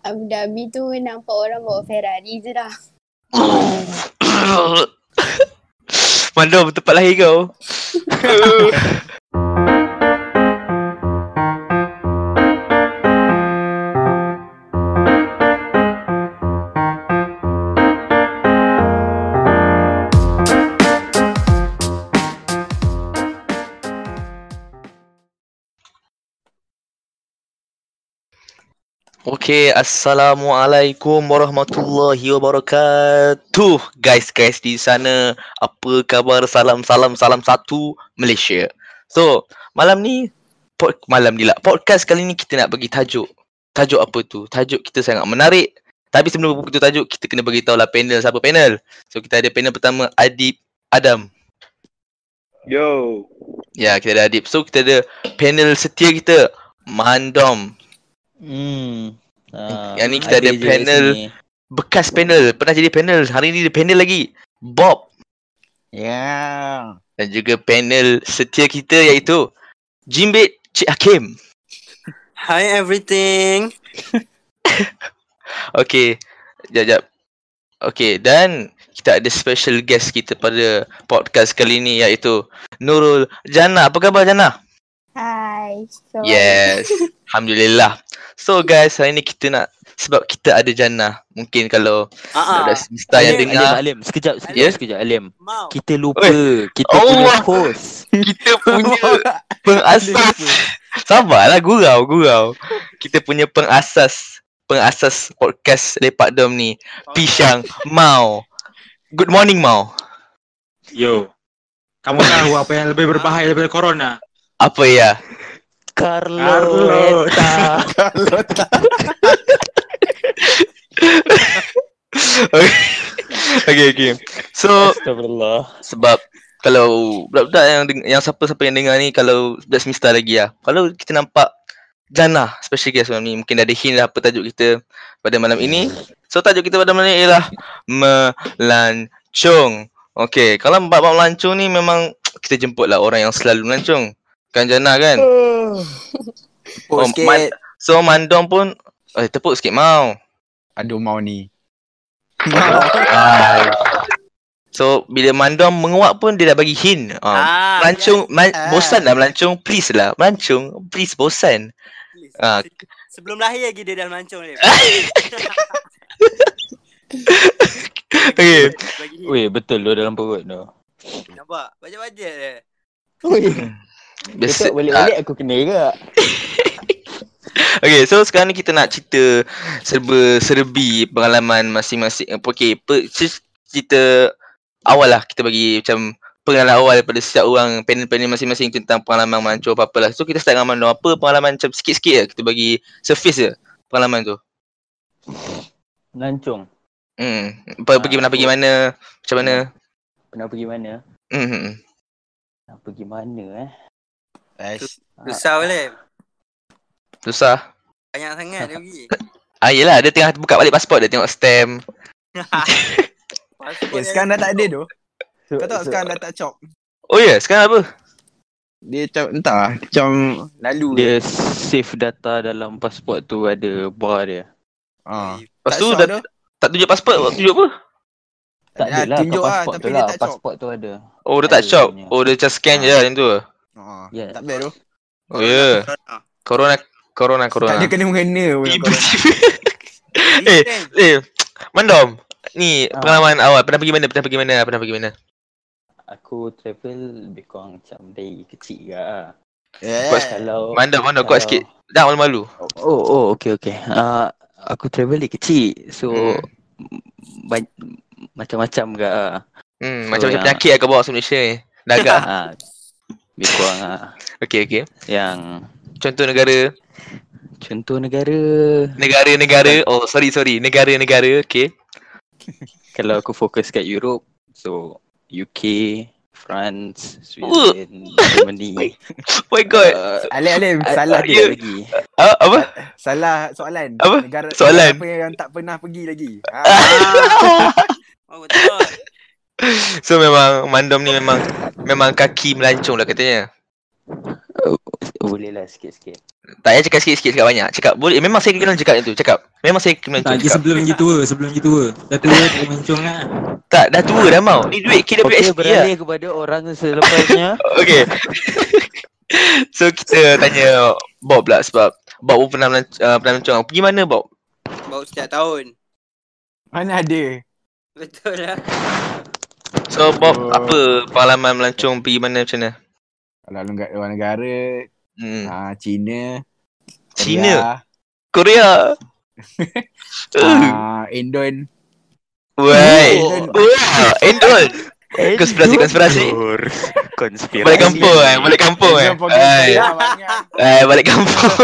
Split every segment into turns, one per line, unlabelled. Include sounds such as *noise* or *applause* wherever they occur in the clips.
Abu Dhabi tu nampak orang bawa Ferrari je dah.
Mandom tempat lahir kau. Okay, Assalamualaikum warahmatullahi wabarakatuh Guys-guys di sana Apa khabar? Salam-salam salam satu Malaysia So, malam ni pod, Malam ni lah Podcast kali ni kita nak bagi tajuk Tajuk apa tu? Tajuk kita sangat menarik Tapi sebelum begitu tajuk Kita kena beritahu lah panel Siapa panel? So, kita ada panel pertama Adib Adam
Yo.
Ya, kita ada Adib So, kita ada panel setia kita Mandom
Hmm. Ah,
Yang ni kita ada
je
panel.
sini.
Bekas panel Pernah jadi panel Hari ni dia panel lagi Bob
Ya. Yeah.
dan juga panel setia kita iaitu Jimbit Cik Hakim.
Hi everything.
*laughs* Okey, jap jap. Okey, dan kita ada special guest kita pada podcast kali ni iaitu Nurul Jannah. Apa khabar Jannah?
Hai. So,
Yes. Alhamdulillah. So guys, hari ni kita nak sebab kita ada Jannah. Mungkin kalau
Ah,
ada
ah.
semesta yang
Alim,
Alim,
dengar,
Alim. Sekejap, sekejap,
Ya?
sekejap Alim.
Mau.
Kita lupa. Kita
Allah.
punya host.
kita punya *laughs* pengasas. Sabarlah gurau gurau. Kita punya pengasas pengasas podcast Lepak Dom ni Pisang Mau. Good morning Mau.
Yo. Kamu tahu apa yang lebih berbahaya daripada corona?
Apa ya?
Carlo.
okay okay. So
Astagfirullah.
sebab kalau budak-budak yang deng- yang siapa-siapa yang dengar ni kalau budak semesta lagi lah. Kalau kita nampak Jannah special guest malam ni mungkin dah ada hint dah apa tajuk kita pada malam ini. So tajuk kita pada malam ni ialah melancong. Okay, kalau bab bab melancong ni memang kita jemput lah orang yang selalu melancong. Kan Jannah kan?
Oh,
sikit. So Mandom pun eh tepuk sikit mau.
Aduh mau ni.
Ah. So bila Mandom menguap pun dia dah bagi hint. Ah.
Ah,
Melancung man,
Ah.
bosan lah melancung please lah. Melancung please bosan.
yes.
Ah.
Se- Sebelum lahir lagi dia dah melancong dia.
Okay.
Bagi hint,
Weh, betul lo dalam perut tu.
Nampak? Baca-baca dia.
Biasa, ah,
balik-balik aku kena ke?
Okay, so sekarang ni kita nak cerita serba serbi pengalaman masing-masing. Eh, Okay, pe, cer- cerita awal lah kita bagi macam pengalaman awal daripada setiap orang panel-panel masing-masing tentang pengalaman mancur apa-apa lah. So kita start dengan Mandom. Apa pengalaman macam sikit-sikit je kita bagi surface je pengalaman tu.
Lancung.
Hmm. Apa,
Ah,
pergi mana pergi
aku-
mana? Macam mana?
Pernah pergi mana?
Hmm. hmm, hmm.
Nak pergi mana eh?
Nice.
Susah boleh.
Susah.
Banyak sangat dia pergi.
Ah yelah dia tengah buka balik pasport dia tengok stamp.
Passport
Eh,
yang-
sekarang dah tak ada tu.
So,
Kau tahu sekarang dah tak cop.
Oh ya, yeah, sekarang apa?
Dia macam entah macam lalu
dia save data dalam pasport tu ada bar dia.
Ha.
Lepas
Tak
tu
syok
dah
tu.
tak tunjuk pasport, tunjuk apa?
Tak
Dah,
ada lah kat
tunjuk lah,
pasport
tapi
tu
dia
lah.
tak cop.
Pasport tu ada.
Oh dia tak
Ada
shop.
punya.
Oh dia macam scan je
Ah.
lah macam tu.
Ha.
Yeah.
Tak bad tu.
Oh ya. Yeah.
ah.
Corona corona corona.
Tak ada kena mengena pun
Ibu-
kau.
eh,
kan?
eh. Mandom. Ni
Ah.
pengalaman awal pernah pergi mana? Pernah pergi mana? Pernah pergi mana?
Aku travel lebih kurang macam dari kecil ke lah.
Yeah.
Lepas-
Kalau
Mandom, mandom kuat sikit.
kalau-
Dah malu-malu.
Oh, oh, okay, okay. Uh, aku travel dari kecil. So,
Hmm.
ba- macam-macam ke lah.
Hmm,
So,
macam-macam
yang-
penyakit aku bawa masuk Malaysia ni.
*laughs*
Dagang.
Ah, lebih kurang lah.
Okey okey.
Yang
Contoh negara
contoh negara,
negara-negara. Oh sorry sorry. Negara-negara. Okey.
kalau aku fokus kat Europe, so UK, France, Switzerland, Germany.
Oh my god.
Uh,
Alim Alim
Salah
salah
ah,
dia
ya.
dia.
lagi.
Ah, apa?
Salah soalan.
Apa?
Negara,
Soalan.
negara Apa yang tak pernah pergi lagi. Ha.
Oh, betul.
So memang Mandom ni memang memang kaki melancung lah katanya.
Boleh lah sikit-sikit.
Tak payah cakap sikit-sikit cakap banyak. Cakap boleh memang saya kenal cakap itu. Cakap. Memang saya kenal
Tak,
itu.
dia
Cakap.
sebelum lagi tua, sebelum lagi tua. Dah tua dia mencung lah.
Tak dah tua dah mau. Ni duit
Okey,
KWSP lah.
beralih kepada orang
*laughs*
selepasnya.
Okay. so kita tanya Bob lah sebab Bob pun pernah melan- uh, pernah melancong. Pergi mana Bob?
Baru setiap tahun.
Mana ada?
Betul lah.
So Bob
Oh.
apa pengalaman melancong pergi mana macam mana?
Kalau negara luar negara,
Hmm.
ah, China,
China,
Korea,
Korea. Uh,
*laughs* ah, Indon.
Wei.
Indon.
Wah, Endol. Konspirasi konspirasi.
Konspirasi.
Balik kampung eh, balik kampung eh.
Indon pergi
Hai.
Korea banyak.
Eh balik kampung.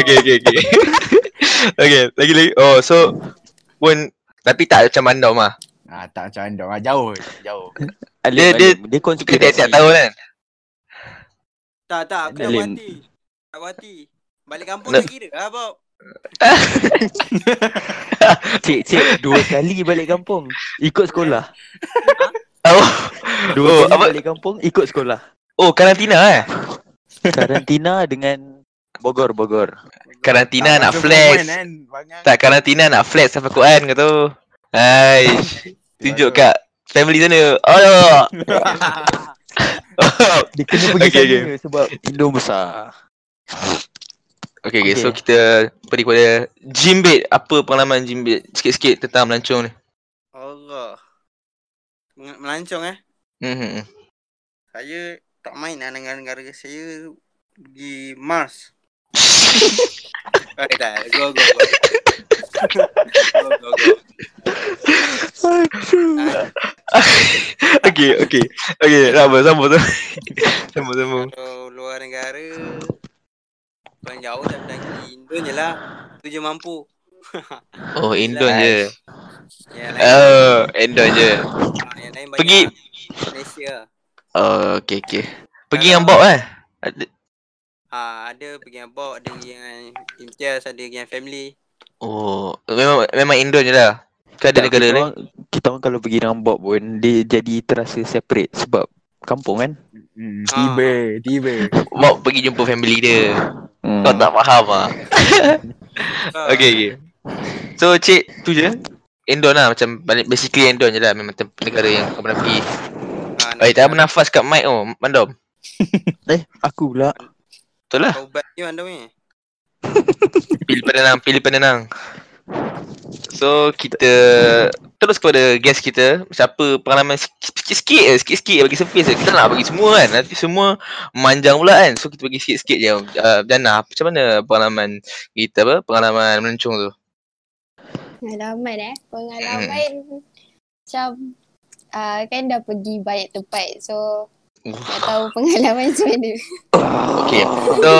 okay okay *laughs* okay. okay, lagi lagi. Oh, so pun tapi tak macam lah. mana mah.
Ah, tak macam anda. Ah, jauh, jauh.
Dia-
Dia, dia,
dia-
dia konspirasi.
Kita tiap tahun kan.
Tak, tak. Aku dah
Alim.
berhenti. Tak berhenti. Balik kampung
Nak-
tak kira lah, Bob.
Cik, cik, *laughs* dua kali balik kampung. Ikut sekolah.
Oh,
Dua
oh,
kali
apa?
balik kampung, ikut sekolah.
oh karantina eh.
Karantina dengan Bogor, Bogor.
Karantina nak
ada
flex.
moment, kan, banyak.
Tak karantina nak flex sampai Quran kau tu. Hai, tunjuk kat family sana. *laughs* Oh.
Dia kena pergi
Okay,
okay, sana sebab Indo besar.
okay, okay, so
Okay.
kita pergi kepada Jimbit. Apa pengalaman Jimbit sikit-sikit tentang melancong ni?
*laughs* Allah. Meng- Melancong eh.
Hmm.
Saya tak main lah dengan negara saya pergi *laughs* Mars. Eh, tak, go, go, go. go, go, go. Ah,
okay, okay. Okay, sama *laughs* sama tu. sama sama.
Kalau luar negara, bukan jauh tak pernah pergi Indon je lah. Tu je mampu.
Oh, Indon je.
Yang lain, ah,
Oh, Indon je.
yang lain banyak. lah.
Pergi-
Malaysia.
Oh, okay, okay. Pergi dengan Bob eh? Ada-
Ha, ada pergi dengan Bob, ada pergi dengan Imtiaz, ada pergi dengan family.
Oh, memang memang Indon je lah. Kau ada
Tak,
negara
kita
lain?
orang, kita orang kalau pergi dengan Bob pun dia jadi terasa separate sebab kampung kan.
Hmm, tiba, tiba.
Bob pergi jumpa family dia.
Hmm.
Kau tak faham ah.
Ha,
Okay, okay. So, cik tu je. Indon lah macam balik- basically Indon je lah memang tem- negara yang kau pernah pergi.
ha, nak-
Eh, tak bernafas kat mic oh, Mandom.
Eh, aku pula.
Betul lah.
Kau ubat ni anda ni.
Pilih penenang, pilih penenang. So kita terus kepada guest kita Siapa pengalaman sik- sikit-sikit je, sikit-sikit je bagi surface je Kita nak bagi semua kan, nanti semua manjang pula kan So kita bagi sikit-sikit je uh, Jana, apa- macam mana pengalaman kita apa, pengalaman melencong tu?
Pengalaman eh. Pengalaman
Hmm.
macam ah, kan dah pergi banyak tempat. So tak tahu pengalaman macam mana.
Okay, so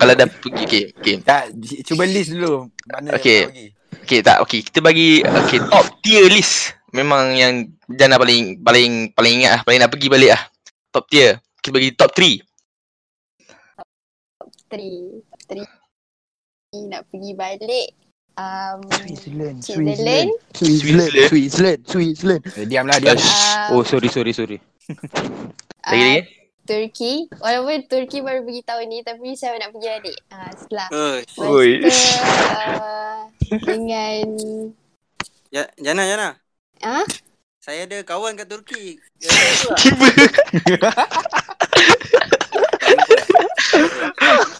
kalau dah pergi, okay, okay,
Tak, c- cuba list dulu. Mana
Okey.
yang kau pergi?
okay tak, okay Kita bagi okay, top tier list Memang yang Jana paling paling paling ingat lah, paling nak pergi balik lah Top tier, kita bagi top 3
Three. Three. Nak pergi balik. Um,
Switzerland,
Switzerland.
Switzerland,
Switzerland.
Switzerland, Switzerland.
Eh, diamlah, diam.
Ush.
um,
Oh, sorry, sorry, sorry.
Lagi lagi?
ah, Turki. Walaupun Turki baru pergi tahun ni tapi saya nak pergi balik. Ah, setelah.
Eh,
Oi.
Lepas tu, ah, dengan
Ja- Jana, Jana.
ah
Saya ada kawan kat Turki. Dia tak jumpa lah.
Tiba
Tak jumpa lah.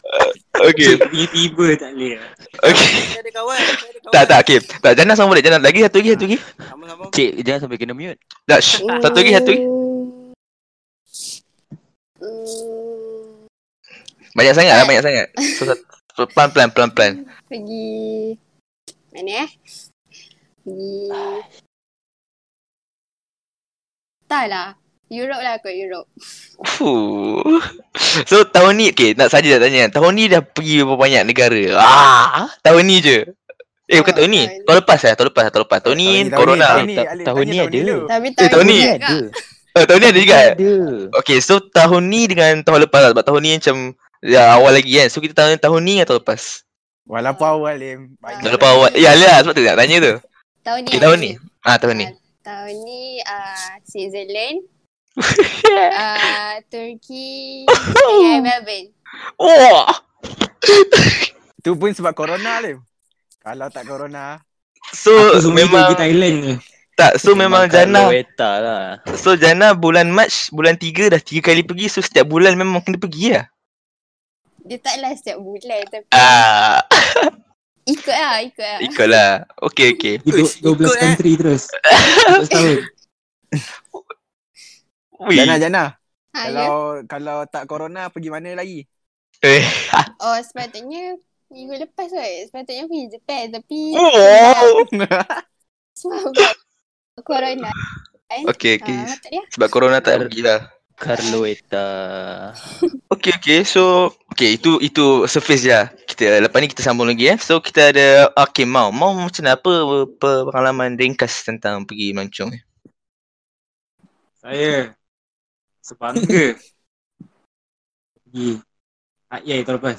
Okay
Dia tiba tak boleh.
Okay
Saya ada kawan. Saya ada kawan.
Tak tak okay Tak Jana sama balik Jana lagi satu lagi satu lagi
Sama-sama.
Cik, jangan sampai kena mute.
Tak shh. Satu lagi satu lagi
Hmm. Hmm.
Banyak sangat lah banyak sangat so, sat- Pelan pelan pelan pelan
Pergi Mana eh Pergi Tak lah Europe lah kot Europe
Fuh. So tahun ni Okay nak saja nak tanya Tahun ni dah pergi berapa banyak negara ah, Tahun ni je Eh bukan tahun ni Tahun lepas lah Tahun lepas tahun lepas Tahun ni
Tahun ni, tahun
Corona eh,
ni, tahun ni.
Eh, ta-
Alif,
tahun
tanya
ni ada.
dulu.
Tapi
Eh, tahun ni?
juga
ada.
Tahun ni ada juga eh?
Ada.
Okay so tahun ni dengan tahun lepas lah Sebab tahun ni macam Ya awal lagi kan So kita tahun, tahun ni atau lepas
Walaupun awal, Lim. Banyak.
Tahun lepas awal Ya lah sebab tu nak tanya tu
Tahun ni
Okay
ada.
tahun ni Ah tahun ni *laughs*
Tahun ni uh, Switzerland uh,
*laughs*
Turki AI Melbourne.
Wah.
Tu pun sebab corona Lim. Kalau tak corona,
So
Aku semua hidup pergi
memang
Thailand je.
tak so memang Jana
Weta lah.
so Jana bulan Mac bulan 3 dah 3 kali pergi so setiap bulan memang kena pergi lah.
Dia taklah setiap bulan tapi
Ah
ikut lah, ikut lah.
ikutlah. Okay okay.
Hidup
Uish,
12
ikut, eh.
country terus. Terus tahun.
Wih.
Jana Jana.
Ha, ya.
Kalau kalau tak corona pergi mana lagi?
Eh.
Oh, sepatutnya minggu lepas kot. Sepatutnya pergi Jepun tapi
*laughs*
Oh.
sebab corona.
Okay okay.
Ah, tak dia.
Sebab corona tak pergi lah. *laughs*
Carloeta.
Okay okay so okay itu itu surface je lah. kita lepas ni kita sambung lagi eh so kita ada okay mau mau macam mana apa pe- pengalaman ringkas tentang pergi *laughs* mancung ya? ni
Saya sebangga pergi ah, ya tahun lepas.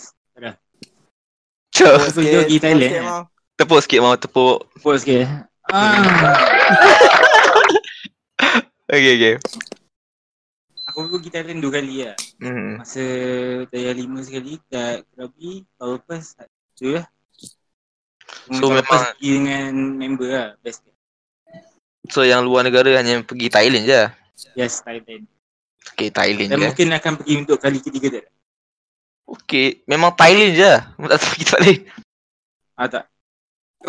Cuk,
Lepas tu kita pergi Thailand.
Sikit, Mau.
tepuk sikit mau tepuk
Puas sikit. eh. Ah,
okay okay
aku pergi Thailand dua kali lah.
hmm.
Masa daya lima sekali kat Krabi, tahun lepas tak tu lah.
So,
So tahun
memang-
lepas pergi dengan member lah, best.
so yang luar negara hanya pergi Thailand je
Yes, Thailand.
okay Thailand
Dan
je
mungkin akan pergi untuk kali ketiga dah.
okay memang Thailand je lah. Memang tak tahu pergi tak boleh
Ah tak,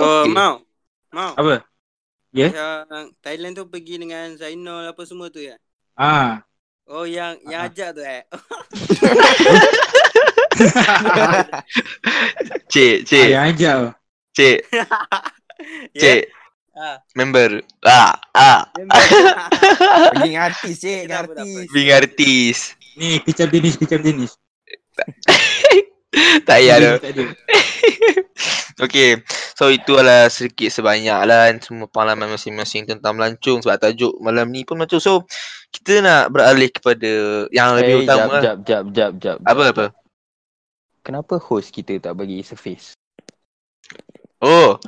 Oh,
Okey.
mau. Mau.
apa?
Eh?
Yang Thailand tu pergi dengan Zainal apa semua tu ya.
Ah,
Oh, yang
Ah.
yang ajak
*laughs*
tu eh.
cik cik
ayah ajak tu.
*laughs*
cik
Ya.
cik
Ha.
Ah.
member ah ah
Pergi dengan artis cik, dengan
Tak apa, tak apa.
artis.
bing artis
Ni, kicap jenis, kicap jenis.
tak payah dah
Tak ada.
Okay So itu adalah sedikit sebanyak lah Semua pengalaman masing-masing tentang melancung Sebab tajuk malam ni pun macam So kita nak beralih kepada yang lebih
Eh, jap,
utama lah.
jap, jap, jap, jap.
Apa apa?
Kenapa host kita tak bagi surface?
Oh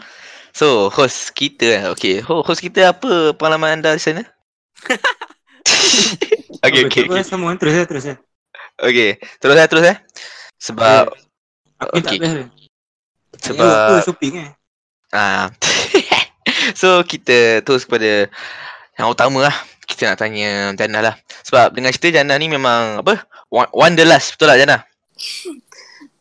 So host kita lah Okay Ho- host kita apa pengalaman anda di
*laughs*
sana? *laughs* okay,
Apa,
okay,
tak apa,
okay,
Sambung kan? terus lah, terus lah.
okay. Terus eh, terus eh. Sebab,
Aku tak
Okay.
best lah.
sebab,
Aku shopping Eh, eh.
Ah. *laughs* so kita terus kepada yang utama lah. Kita nak tanya Jana lah. Sebab dengan cerita Jana ni memang apa? Wa- Wanderlust betul lah Jana.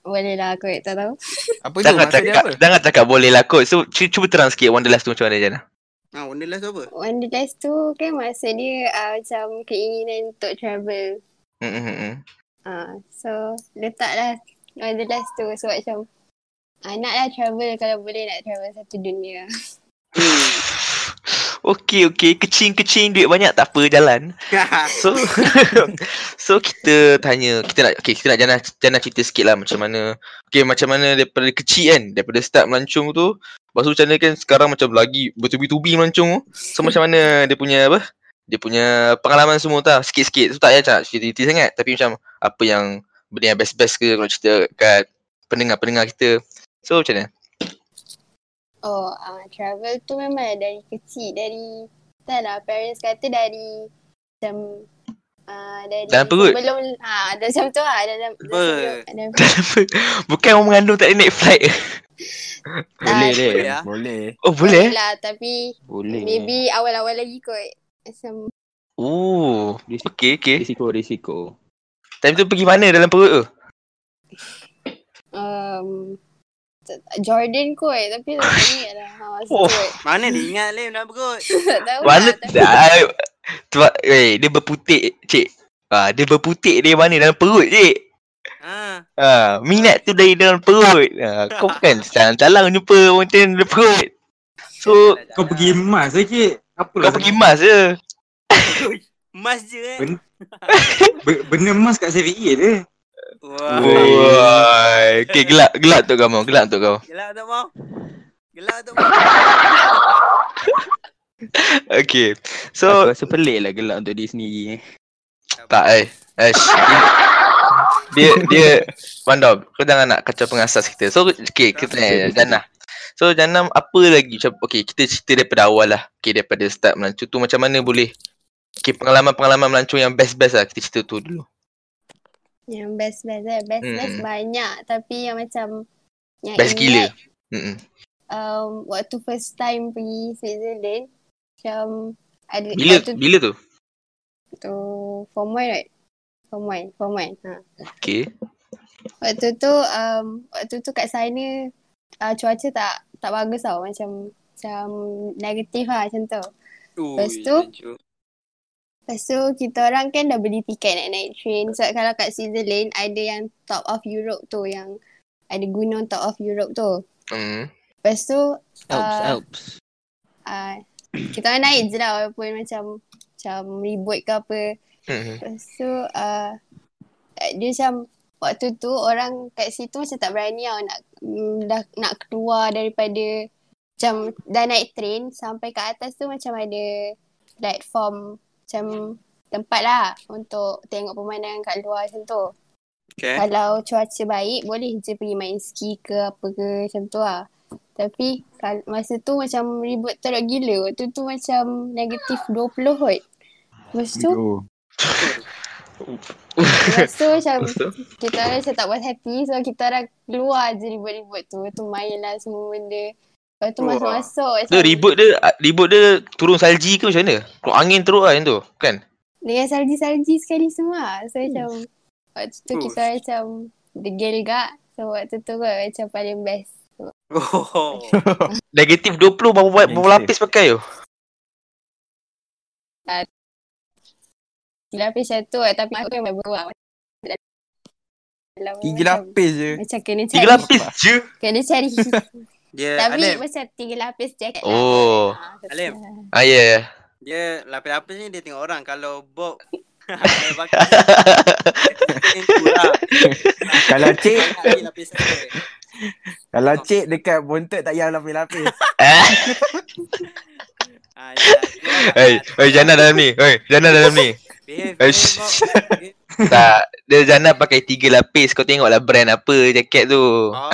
Boleh lah aku tak tahu.
Apa tu?
Jangan
Maksud dia
cakap,
apa?
jangan cakap boleh lah kot. So cu- cuba terang sikit Wanderlust tu macam mana Jana.
Ha, Wonderland tu apa? *laughs*
Wanderlust tu kan masa dia uh, macam keinginan untuk travel.
Hmm, hmm, hmm, hmm.
Uh, so letaklah Wanderlust tu so macam uh, naklah travel kalau boleh nak travel satu dunia.
Okey okey kecing-kecing duit banyak tak apa jalan. So *laughs* so kita tanya kita nak okay, kita nak Jana Jana cerita sikit lah macam mana okay macam mana daripada kecil kan daripada start melancung tu lepas tu macam mana kan sekarang macam lagi bertubi-tubi melancung tu. so macam mana dia punya apa dia punya pengalaman semua tu lah, sikit-sikit so tak payah cakap cerita sangat tapi macam apa yang benda yang best-best ke kalau cerita kat pendengar-pendengar kita so macam mana *laughs*
Oh, uh, travel tu memang dari kecil dari tak lah parents kata dari macam uh, dari
Dalam perut?
sebelum ah uh, macam tu ah dalam
Apa?
dalam
bukan orang mengandung tak boleh naik flight
Boleh,
Ah,
deh.
Boleh lah.
Boleh.
oh boleh eh?
lah tapi
Boleh.
maybe awal-awal lagi kot macam
oh
Risiko,
okay okay
risiko, risiko.
time tu pergi mana dalam perut tu
um, tak- Jordan kot tapi tak ingat lah ha, masa tu
Oh.
kot.
Mana dia ingat Lim dalam perut?
*laughs* tak tahu
Mana
lah, tapi
dah Sebab eh, dia berputik cik ah, Dia berputik dari mana dalam perut cik
Ha.
ah, Minat tu dari dalam perut ah, Kau bukan salang-salang jumpa orang macam dalam perut So
Kau pergi emas lagi. Apa lah?
kau pergi mas je
Mas je eh.
Ben- Be- Benda emas kat CVE je.
Wah.
Woi, okay, gelap, gelap tu kau mau, gelap tu kau.
Gelap tak mau? Gelap tak mau?
Okay, so
So, aku rasa pelik lah gelak untuk diri sendiri eh.
tak eh, eh *laughs* dia dia pandau kau jangan nak kacau pengasas kita so okay kita tanya Jannah so Jannah apa lagi macam okay kita cerita daripada awal lah okay daripada start melancong tu macam mana boleh Okay, pengalaman-pengalaman melancong yang best-best lah. Kita cerita tu dulu.
Yang best-best eh. Best-best
Mm.
banyak. Tapi yang macam... Yang
Best gila.
ingat,
Mm-mm.
Um, waktu first time pergi Switzerland. Macam... Ada,
Bila,
waktu
bila tu?
tu... Form 1 right? Form 1. Form 1. Ha.
Okay.
Waktu tu um, waktu tu kat sana uh, cuaca tak tak bagus tau macam macam negatif lah macam tu. Lepas tu? Lepas tu kita orang kan dah beli tiket nak naik train. So kalau kat Switzerland ada yang top of Europe tu yang ada gunung top of Europe tu.
Mm.
Lepas tu
Alps,
Ah.
Alps.
uh, kita orang naik je lah walaupun macam macam ribut ke apa.
Mm.
Lepas tu uh, dia macam waktu tu orang kat situ macam tak berani tau nak mm, dah, nak keluar daripada macam dah naik train sampai ke atas tu macam ada platform macam tempat lah untuk tengok pemandangan kat luar macam tu.
Okay.
Kalau cuaca baik boleh je pergi main ski ke apa ke macam tu lah. Tapi kal- masa tu macam ribut teruk gila. Waktu tu macam negatif 20 kot. Lepas tu
Aduh.
Lepas tu macam
*laughs* Lepas tu?
kita orang macam tak puas hati so kita orang keluar je ribut-ribut tu tu main lah semua benda lepas tu
Wah.
masuk-masuk
Dia ribut dia, ah, ribut dia turun salji ke macam mana? Keluar angin teruk lah yang tu, kan?
dengan salji-salji sekali semua so
Hmm.
macam waktu tu
Oh,
Uf.
kita orang macam degil gak so waktu tu kot macam paling best
Oh.
Negatif 20 berapa, berapa
Negatif.
lapis pakai *laughs* tu?
tiga lapis satu lah tapi aku memang beruang Dalam
Tiga
macam-
lapis je.
macam kena cari
Tiga lapis je.
kena
*laughs*
cari
Dia
tapi
Alim,
macam tiga lapis jacket lah.
Oh.
Ah, betul
Alim.
lah.
Ah, ya, ya.
dia lapis-lapis ni dia tengok orang. Kalau Bob *laughs* dia
*laughs*
pakai tu lah.
Kalau cik,
Banyak lagi lapis saya.
kalau cik dekat bontot tak payah
*laughs*
lapis-lapis.
Eh,
Ah, ya, dia orang
hey,
tak-
hey, Jana dalam ni. Hey, Jana dalam ni.
Behave,
Eh,
behave,
shh. *laughs*
Bob. lah. Behave.
tak, dia Jana pakai tiga lapis. Kau tengoklah brand apa jaket tu.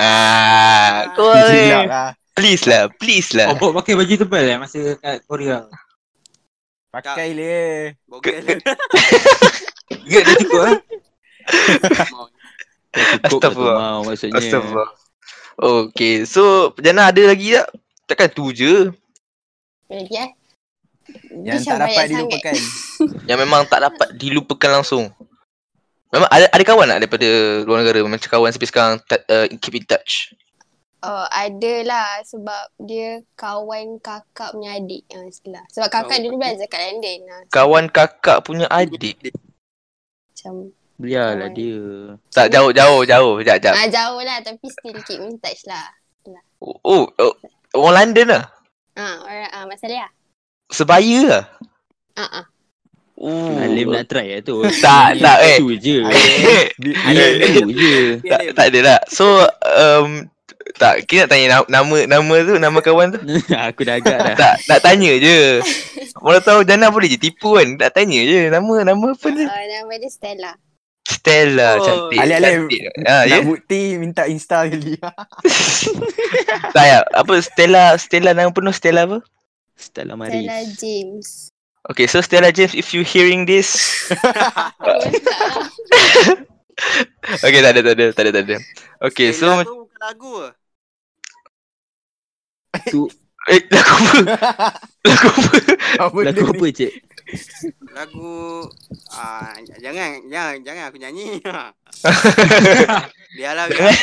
Ah, kau
Silap
ni.
lah.
Please lah, please
Oh,
lah.
Bob pakai baju tebal eh masa kat Korea.
Pakai dia.
Bogel.
Ya, dia cukup
lah.
eh.
Astagfirullah.
Mau maksudnya.
Astagfirullah. Okay, so Jana ada lagi tak? Takkan tu je.
Lagi eh. Dia
Yang
macam
tak dapat
banyak sangat.
dilupakan.
Yang memang tak dapat dilupakan langsung. Memang ada, ada kawan tak daripada luar negara? Macam kawan sampai sekarang ta- uh, keep in touch.
Oh, ada lah sebab dia kawan kakak punya adik. Ha, setelah. Sebab kakak
Kawan
dulu belajar kat London. Ha,
Kawan kakak punya adik.
macam Oh.
Biarlah Ya lah, dia.
Tak jauh jauh jauh. Jap jap.
ah, jauh lah tapi still keep in touch lah.
Oh, oh, oh orang London lah.
Ah, orang ah, Mak Saleh lah.
Sebaya lah.
Ah, ah.
Oh.
Alim nak try lah
*laughs*
tu.
Tak, tak, eh.
Tu je.
Eh, *laughs*
Alim tu je. *laughs*
tak tak ada lah. So um tak kira nak tanya na- nama nama tu nama kawan tu.
Aku dah agak dah.
Tak nak tanya je. Mana tahu Jana boleh je tipu kan. Nak tanya je nama nama apa ni?
Oh, nama dia Stella.
Stella
Oh.
cantik.
Alih-alih.
cantik. Ha ya.
Nak bukti minta insta *laughs* kali.
Tak ya. Apa Stella Stella nama penuh Stella apa?
Stella
Stella Maris.
James.
Okay, so Stella James, if you hearing this,
ah,
okay, tak ada, tak ada, tak ada, tak ada. Okay, so
tu bukan lagu ke?
Eh, *laughs* lagu apa? lagu apa?
Apa
Lagu Lah, apa cik?
Lagu ah jangan jangan jangan aku nyanyi. *laughs* Biarlah biarlah.
jangan,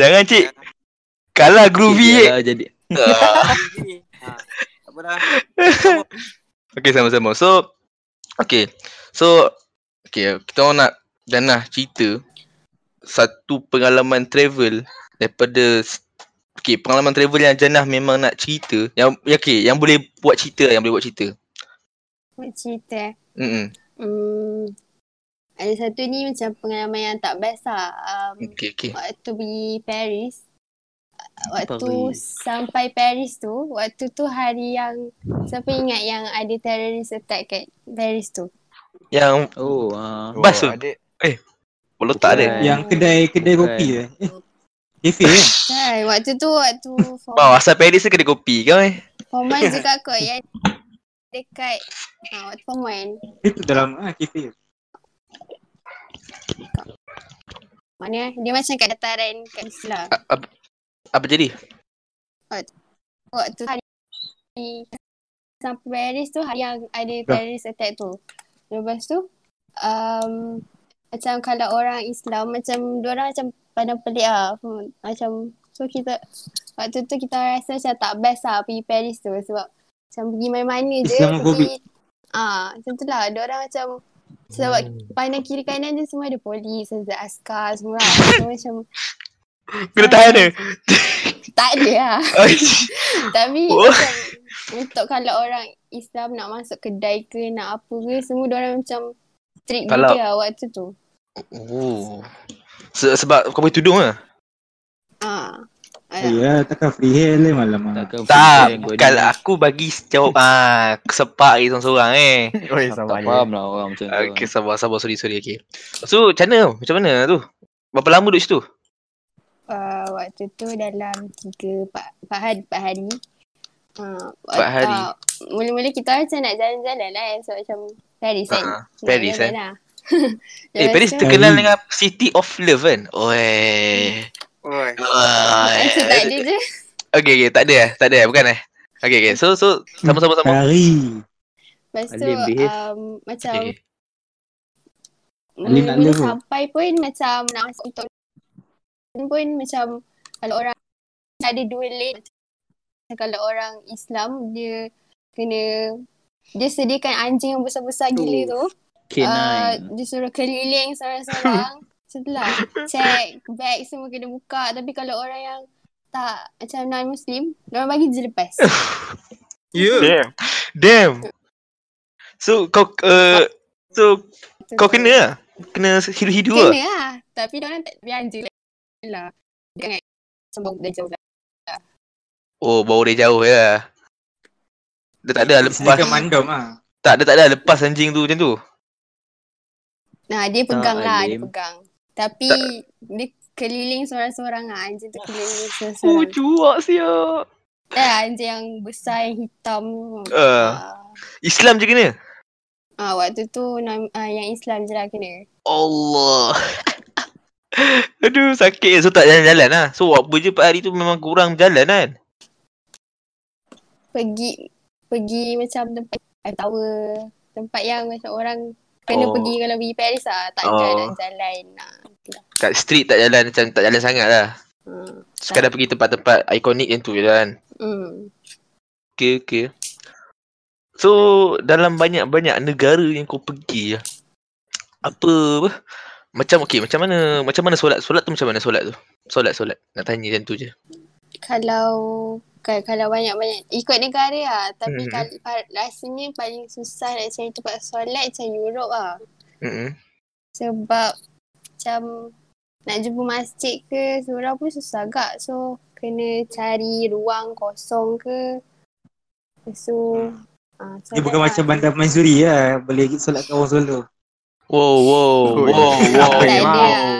jangan cik. Kalah groovy cik.
Biarlah Ya lah, jadi.
*laughs*
Ha. Tak apa dah.
Okay, sama-sama. So, okay. So, okay, kita orang nak Jannah cerita satu pengalaman travel daripada Okay, pengalaman travel yang Jannah memang nak cerita yang okay, yang boleh buat cerita, lah, yang boleh buat cerita.
Buat cerita eh.
Mm-mm.
Hmm, ada satu ni macam pengalaman yang tak best lah. Um,
Okay, okay.
waktu pergi Paris waktu
Paris.
sampai Paris tu waktu tu hari yang siapa ingat yang ada terrorist attack kat Paris tu
Yang
Oh, ah.
Bas tu.
Adik.
boleh tak ada.
Bukan.
Yang kedai kedai
Bukan.
kopi eh. Eh, Kafe eh.
kan waktu tu waktu form,
Wow, asal Paris tu kena kopi kau eh.
form one juga kot yang ya. dekat ha, waktu form one.
Itu dalam ah, kita.
Maknanya dia macam kat dataran kat Islam.
A- apa, apa jadi?
Waktu hari sampai Paris tu hari yang ada Paris attack tu. Lepas tu um, macam kalau orang Islam macam diorang macam pandang pelik lah. Hmm, Macam so kita waktu tu kita rasa macam tak best lah pergi Paris tu sebab macam pergi mana-mana je
Islamophobic.
pergi ah macam tu lah diorang macam sebab pandang kiri kanan je semua ada polis, ada askar semua lah. So macam
Kena tahan dia.
tak ada lah. Tapi
Oh.
macam untuk kalau orang Islam nak masuk kedai ke nak apa ke semua orang macam strict
Kalau-
kalau... dia lah waktu tu.
*laughs* Oh. Se- sebab kau pakai tudung ah.
Ah.
Ya, yeah, takkan free hair le malam ah.
Takkan
Tak,
fikir
bukan lah.
kau ni-
aku bagi sejauh ah sepak lagi seorang eh.
Oi,
Tak faham lah orang macam tu
Okay, sabar, sabar, sorry, sorry, okay. So, macam mana? Macam mana tu? Berapa lama duduk situ?
Uh, waktu tu dalam 3 4 hari 4 hari. Uh,
Empat hari.
Uh, mula-mula kita orang macam nak jalan-jalan lah eh. So macam Paris kan.
Ah,
Nak
Paris,
jalan
eh.
Lah. *laughs* Lepas
Eh, Paris
tu-
terkenal
Paris.
dengan City of Love kan? Oi.
Oi.
Wah.
Macam *laughs* tak ada je.
Okay, okay, tak ada eh? Tak ada eh? Bukan eh? Okay, okay. So, so, sama-sama, sama.
Hari.
Lepas tu
Alim behave.
um, macam
Okay.
Alim
Mula-mula
nak alim pun.
sampai pun macam nak masuk untuk pun macam kalau orang ada dua lane macam kalau orang Islam dia kena dia sediakan anjing yang besar-besar gila tu uh,
K9
dia suruh keliling
*laughs*
seorang-seorang setelah check bag semua kena buka tapi kalau orang yang tak macam non muslim orang bagi je lepas
Eh,
You.
Damn. Damn. So, kau, uh, so, kau kena lah. Kena hidu-hidu lah.
Kena lah. Tapi orang tak biar je lah. Dia ingat macam bau dah jauh lah.
Oh, bau dia jauh ya. Dia tak ada lah lepas.
Sedangkan mandom ah.
Tak, dia tak ada lah lepas anjing tu macam tu.
Nah, dia pegang
Ah,
lah. Dia
alim.
pegang. Tapi dia keliling seorang-seorang lah. Anjing tu keliling
Oh,
seorang-seorang.
cuak siap.
Eh, anjing yang besar, yang hitam.
Ah.
Ah,
Islam je kena.
Ah, waktu tu non, ah, yang Islam je lah kena.
Allah. *laughs* Aduh sakit So tak jalan-jalan lah So apa je 4 hari tu memang kurang jalan kan
Pergi pergi macam tempat Eiffel Tower. Tempat yang macam orang kena
Oh.
pergi kalau pergi Paris lah. Tak
Oh.
oh. nak jalan. lah. Nah.
Kat street tak jalan macam tak jalan sangat lah
Ah,
Sekadar pergi tempat-tempat ikonik yang tu je lah kan
Hmm.
Okay okay So dalam banyak-banyak negara yang kau pergi lah Apa apa macam okay macam mana macam mana solat solat tu macam mana solat tu solat solat nak tanya macam tu je
kalau ka- kalau banyak-banyak ikut negara lah tapi
Hmm.
hmm. kalau rasanya paling susah nak cari tempat solat macam Europe lah
Mm-mm.
sebab macam nak jumpa masjid ke surau pun susah agak so kena cari ruang kosong ke so ah,
Dia
solat
bukan
lah.
macam bandar Mansuri lah. Boleh solat kat orang solo.
*laughs* Wow wow
Oi.
wow wow
Tak ada
wow
lah.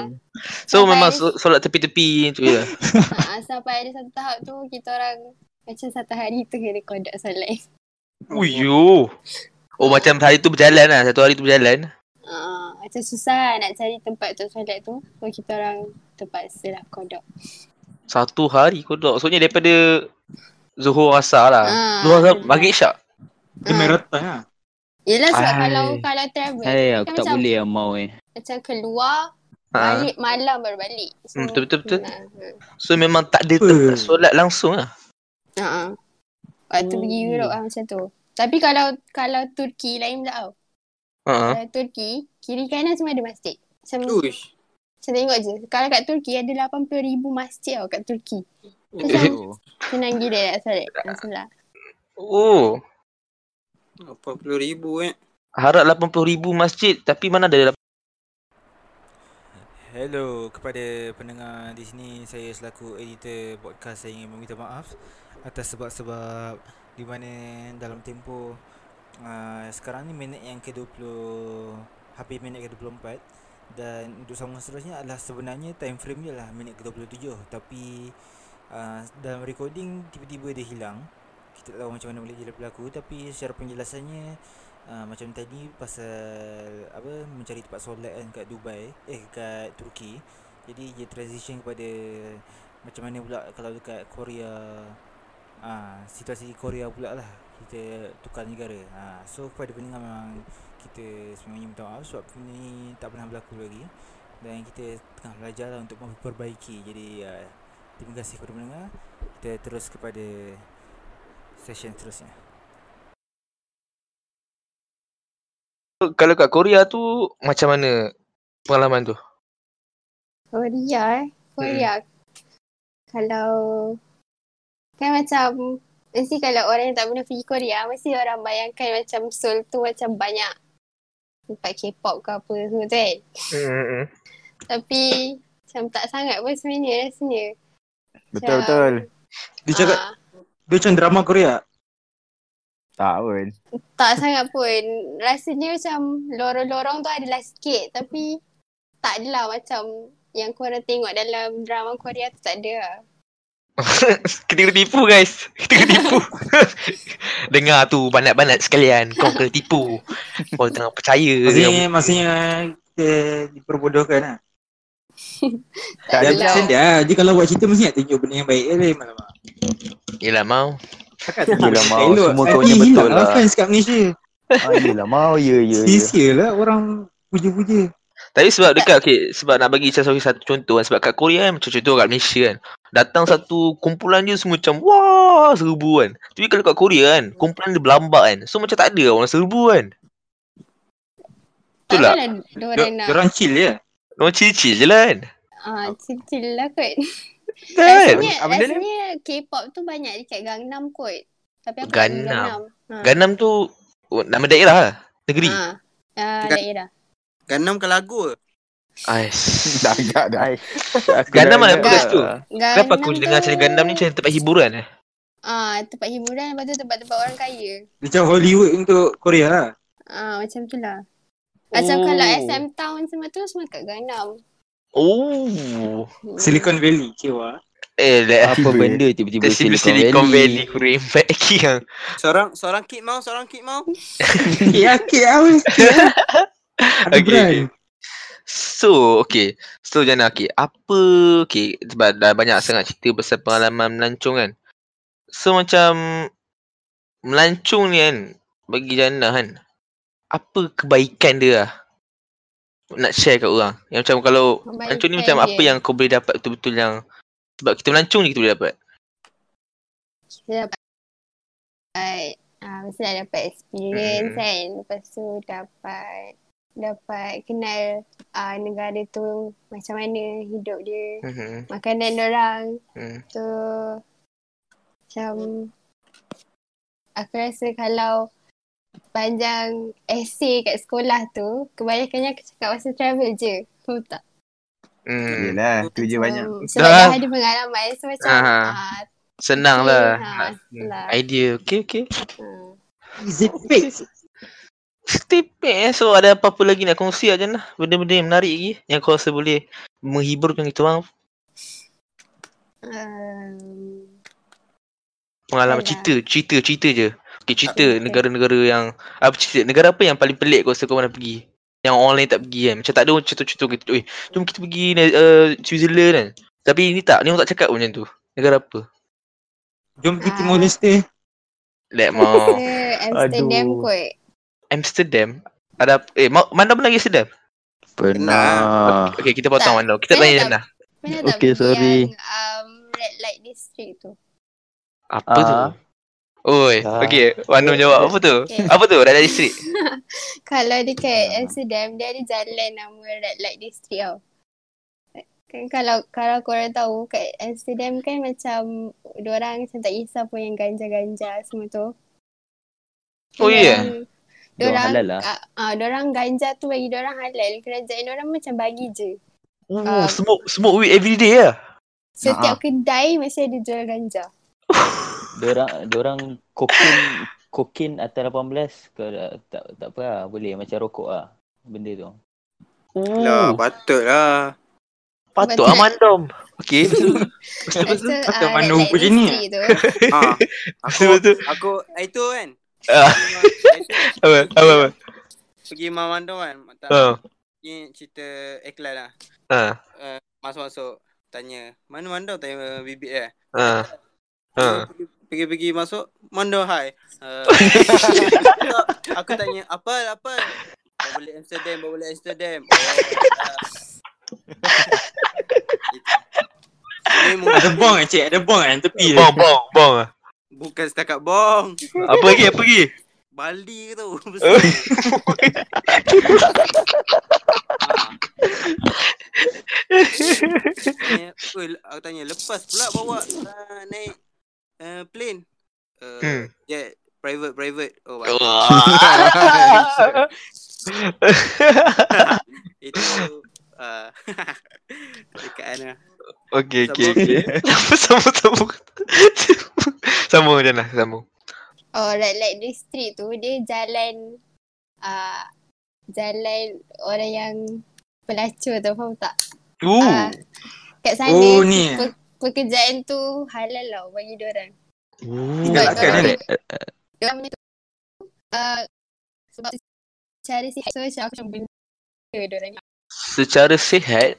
So
Sampai-
memang so- solat tepi-tepi tu je
Ah, sampai ada satu tahap tu kita orang macam satu hari tu kena kodak solat
Uh, Uyo. Oh macam hari tu berjalan lah. Satu hari tu berjalan.
Ah, macam susah lah nak cari tempat untuk solat tu. So kita orang terpaksa lah kodok.
Satu hari kau duduk. Maksudnya daripada Zuhur Asar lah.
Ah.
Zuhur
Hmm.
Asar maghrib syak.
Dia marathon lah.
Yelah sebab
Hai.
kalau kalau travel
Hai
kan
aku tak
macam,
boleh yang mau eh
Macam keluar
Ha.
balik malam baru balik. So,
Hmm, betul, betul, betul.
Nah, hmm.
So memang tak ada
Apa?
tempat solat langsung lah.
Ha-ha. Waktu pergi Europe lah macam tu. Tapi kalau kalau Turki lain pula tau.
Ha.
Kalau Turki, kiri kanan semua ada masjid. Macam,
Uish.
macam tengok je. Kalau kat Turki ada 80,000 masjid tau kat Turki. Macam
Oh.
senang gila nak solat. Macam lah.
Oh.
40,000 eh.
Harap 80,000 masjid tapi mana ada
Hello kepada pendengar di sini saya selaku editor podcast saya ingin meminta maaf atas sebab-sebab di mana dalam tempoh uh, sekarang ni minit yang ke-20 hampir minit ke-24 dan untuk sambungan seterusnya adalah sebenarnya time frame dia ah, lah minit ke-27 tapi uh, dalam recording tiba-tiba dia hilang kita tak tahu macam mana boleh jadi berlaku tapi secara penjelasannya uh, macam tadi pasal apa mencari tempat solat kan kat Dubai eh kat Turki jadi dia transition kepada macam mana pula kalau dekat Korea ah situasi Korea pula lah kita tukar negara ha, so kepada pendengar memang kita sebenarnya minta maaf sebab benda ni tak pernah berlaku lagi dan kita tengah belajar lah untuk memperbaiki jadi uh, terima kasih kepada pendengar kita terus kepada session seterusnya
Kalau kat Korea tu macam mana pengalaman tu?
Korea eh. Korea. Kalau kan macam mesti kalau orang yang tak pernah pergi Korea mesti orang bayangkan macam Seoul tu macam banyak tempat K-pop ke apa semua tu kan.
Hmm.
Tapi macam tak sangat pun sebenarnya rasanya.
Betul betul.
Dia cakap
Ah,
dia macam drama Korea.
Tak pun. *laughs*
tak sangat pun. Rasanya macam lorong-lorong tu adalah sikit tapi tak adalah macam yang korang tengok dalam drama Korea tu tak ada lah.
kita kena tipu guys. Kita kena tipu. Dengar tu banat-banat sekalian. Kau kena tipu. Kau tengah percaya.
Maksudnya, maksudnya kita diperbodohkan lah.
Tak
Dia
adalah.
absen dia. Dia kalau buat cerita mesti nak tunjuk benda yang baik. Eh, Rim, alamak.
Yelah mau.
Cakap
Yelah, mau. Semua kau punya betul
lah.
lah.
Fans kat Malaysia.
Ah, yelah, mau ya, ya, ya.
Sia-sia lah orang puja-puja.
Tapi sebab dekat okay, sebab nak bagi saya sebagai satu contoh kan sebab kat Korea kan macam contoh kat Malaysia kan. Datang satu kumpulan je semua macam wah serbu kan. Tapi kalau kat Korea kan kumpulan dia berlambak kan. So macam tak ada orang serbu kan.
Tak
Betul lah.
adalah diorang nak.
Diorang chill je.
Orang chill-chill je lah kan.
Ah, chill-chill lah kot.
Kan?
Rasanya,
Apa benda ni?
rasanya K-pop tu banyak dekat Gangnam kot. Tapi aku
Gangnam.
tak pergi Ha.
Ganam tu oh, nama daerah lah. Negeri.
Ha. Ah,
Gan-
daerah.
Ganam Kan ke lagu ke?
Ais.
Dah agak dah.
Ai.
Aku
Gundam
dah
mana
agak
lah.
bagus
dah.
tu?
Gangnam
Kenapa aku dengar cerita Gundam ni macam tempat hiburan eh?
Ah, tempat hiburan lepas tu tempat-tempat orang kaya.
Macam Hollywood untuk Korea lah.
Ah, macam tu lah. Macam
Oh.
kalau SM Town semua tu semua kat Gangnam.
Oh.
Hmm.
Silicon Valley. Cewa. *laughs*
Eh, dah.
*laughs* Apa
Tiba.
benda Ah, tiba-tiba
Silicon, Silicon Valley Kurim *laughs* Bagi yang
Seorang seorang kid mau, seorang kid mau.
Ya, okay, awal. *laughs* Ada
Okay,
brand.
okay. So, okay. So, Jana, okay. Apa, okay. Sebab dah banyak sangat cerita pasal pengalaman melancong kan. So, macam melancong ni kan, bagi Jana kan, apa kebaikan dia lah? Nak share kat orang. Yang macam kalau melancong ni macam
Kebaikan
apa
dia.
yang kau boleh dapat betul-betul yang sebab kita melancong ni kita boleh dapat.
Kita dapat ah, mesti dah dapat experience
Hmm.
kan. Lepas tu dapat dapat kenal ah, negara tu macam mana hidup dia.
Mm-hmm.
Makanan orang
Hmm.
tu macam aku rasa kalau panjang esei kat sekolah tu kebanyakannya aku cakap pasal travel je. Betul tak?
Hmm.
Yelah, tu je banyak.
Um, sebab
Dah.
dah ada pengalaman so macam
Aha.
ah,
Senang
okey,
lah.
ha,
Nak-
senang.
Idea. Okay, okay.
ah.
Is it fake?
Setipik eh. So ada apa-apa lagi nak kongsi aja lah. Benda-benda yang menarik lagi. Yang kau rasa boleh menghiburkan kita orang. Ah.
Um,
Pengalaman
Alah.
cerita. Cerita, cerita je. Okay, cerita
Okay.
negara-negara yang... Apa cerita? Negara apa yang paling pelik kau rasa kau pernah pergi? Yang orang lain tak pergi kan. Macam tak ada orang cerita-cerita kita. Eh, jom kita pergi uh, Switzerland kan. Tapi ni tak. Ni orang tak cakap pun macam tu. Negara apa?
Jom pergi Timor Leste.
*laughs*
Let mau.
ke Amsterdam
Aduh.
kot.
Amsterdam. Ada apa- eh ma- Manda pernah pergi Amsterdam?
Pernah.
Okay, kita potong
Tak.
Manda. Kita
Saya
tanya
tak-
Jannah.
Pernah tak
Okay,
pergi
sorry.
yang um, red light district tu?
Apa tu?
Ah.
Oi,
Ah.
okay. Manda jawab apa tu?
Okay.
Apa tu? Dah dari street.
Kalau dekat
Ah.
Amsterdam, dia ada jalan nama red light district tau. Kan kalau kalau korang tahu kat Amsterdam kan macam orang macam tak kisah pun yang ganja-ganja semua tu.
Oh, ya?
Diorang
Diorang,
halal lah.
ah, ah, diorang ganja tu bagi diorang halal. Kerajaan diorang macam bagi
Ah,
je.
Oh,
Um,
smoke smoke weed every day lah.
Setiap kedai mesti ada jual ganja.
Diorang, diorang kokin, kokin atas 18 ke tak, tak apa
Oh.
lah. Boleh macam rokok lah. Benda tu.
*laughs*
Lah, patut lah.
Patut
Betul.
Amandom. Okay.
Betul-betul
Lepas tu,
kata
ah,
mana
dekat
macam ni.
Innisfree tu.
*laughs*
Ah, aku
Betul-betul.
aku itu kan.
Ah. *laughs* Apa? Apa? apa?
Pergi Mamando kan. Tak.
Ah.
Ni cerita iklan lah. Eh,
Ah.
Masuk-masuk tanya, "Mana Mando?" tanya bibik eh.
Ah. Ah.
Pergi-pergi masuk, "Mando hai."
*laughs*
Uh, aku tanya, "Apa apa?" Bawa balik Amsterdam, bawa balik Amsterdam.
*laughs*
Oh, ah. Itu. Ini mungkin
Ada bong eh cik, ada bong kan tepi je.
Bong, bong, bong. ah.
bukan setakat bong.
Apa lagi? Apa lagi?
Bali tu besar. Ah. Tanya, "Oi, le- Eh, aku tanya lepas pula bawa uh, naik uh, plane. Uh,
Hmm.
Jet private private. Oh, wow.
Wah.
itu uh, *laughs* dekat mana.
Okey, okey, okey. *laughs* Sambung, sambung. Sambung macam mana? Sambung.
Oh, like, like the street tu, dia jalan uh, jalan orang yang pelacur tu, faham tak?
Tu.
Ah, Kat sana,
Oh, ni.
pe- pekerjaan tu halal lah bagi diorang.
Tinggal
Sebab
akan
diorang-
kan?
Diorang punya tu, uh, sebab cara sihat tu macam aku macam benda diorang.
Secara sihat.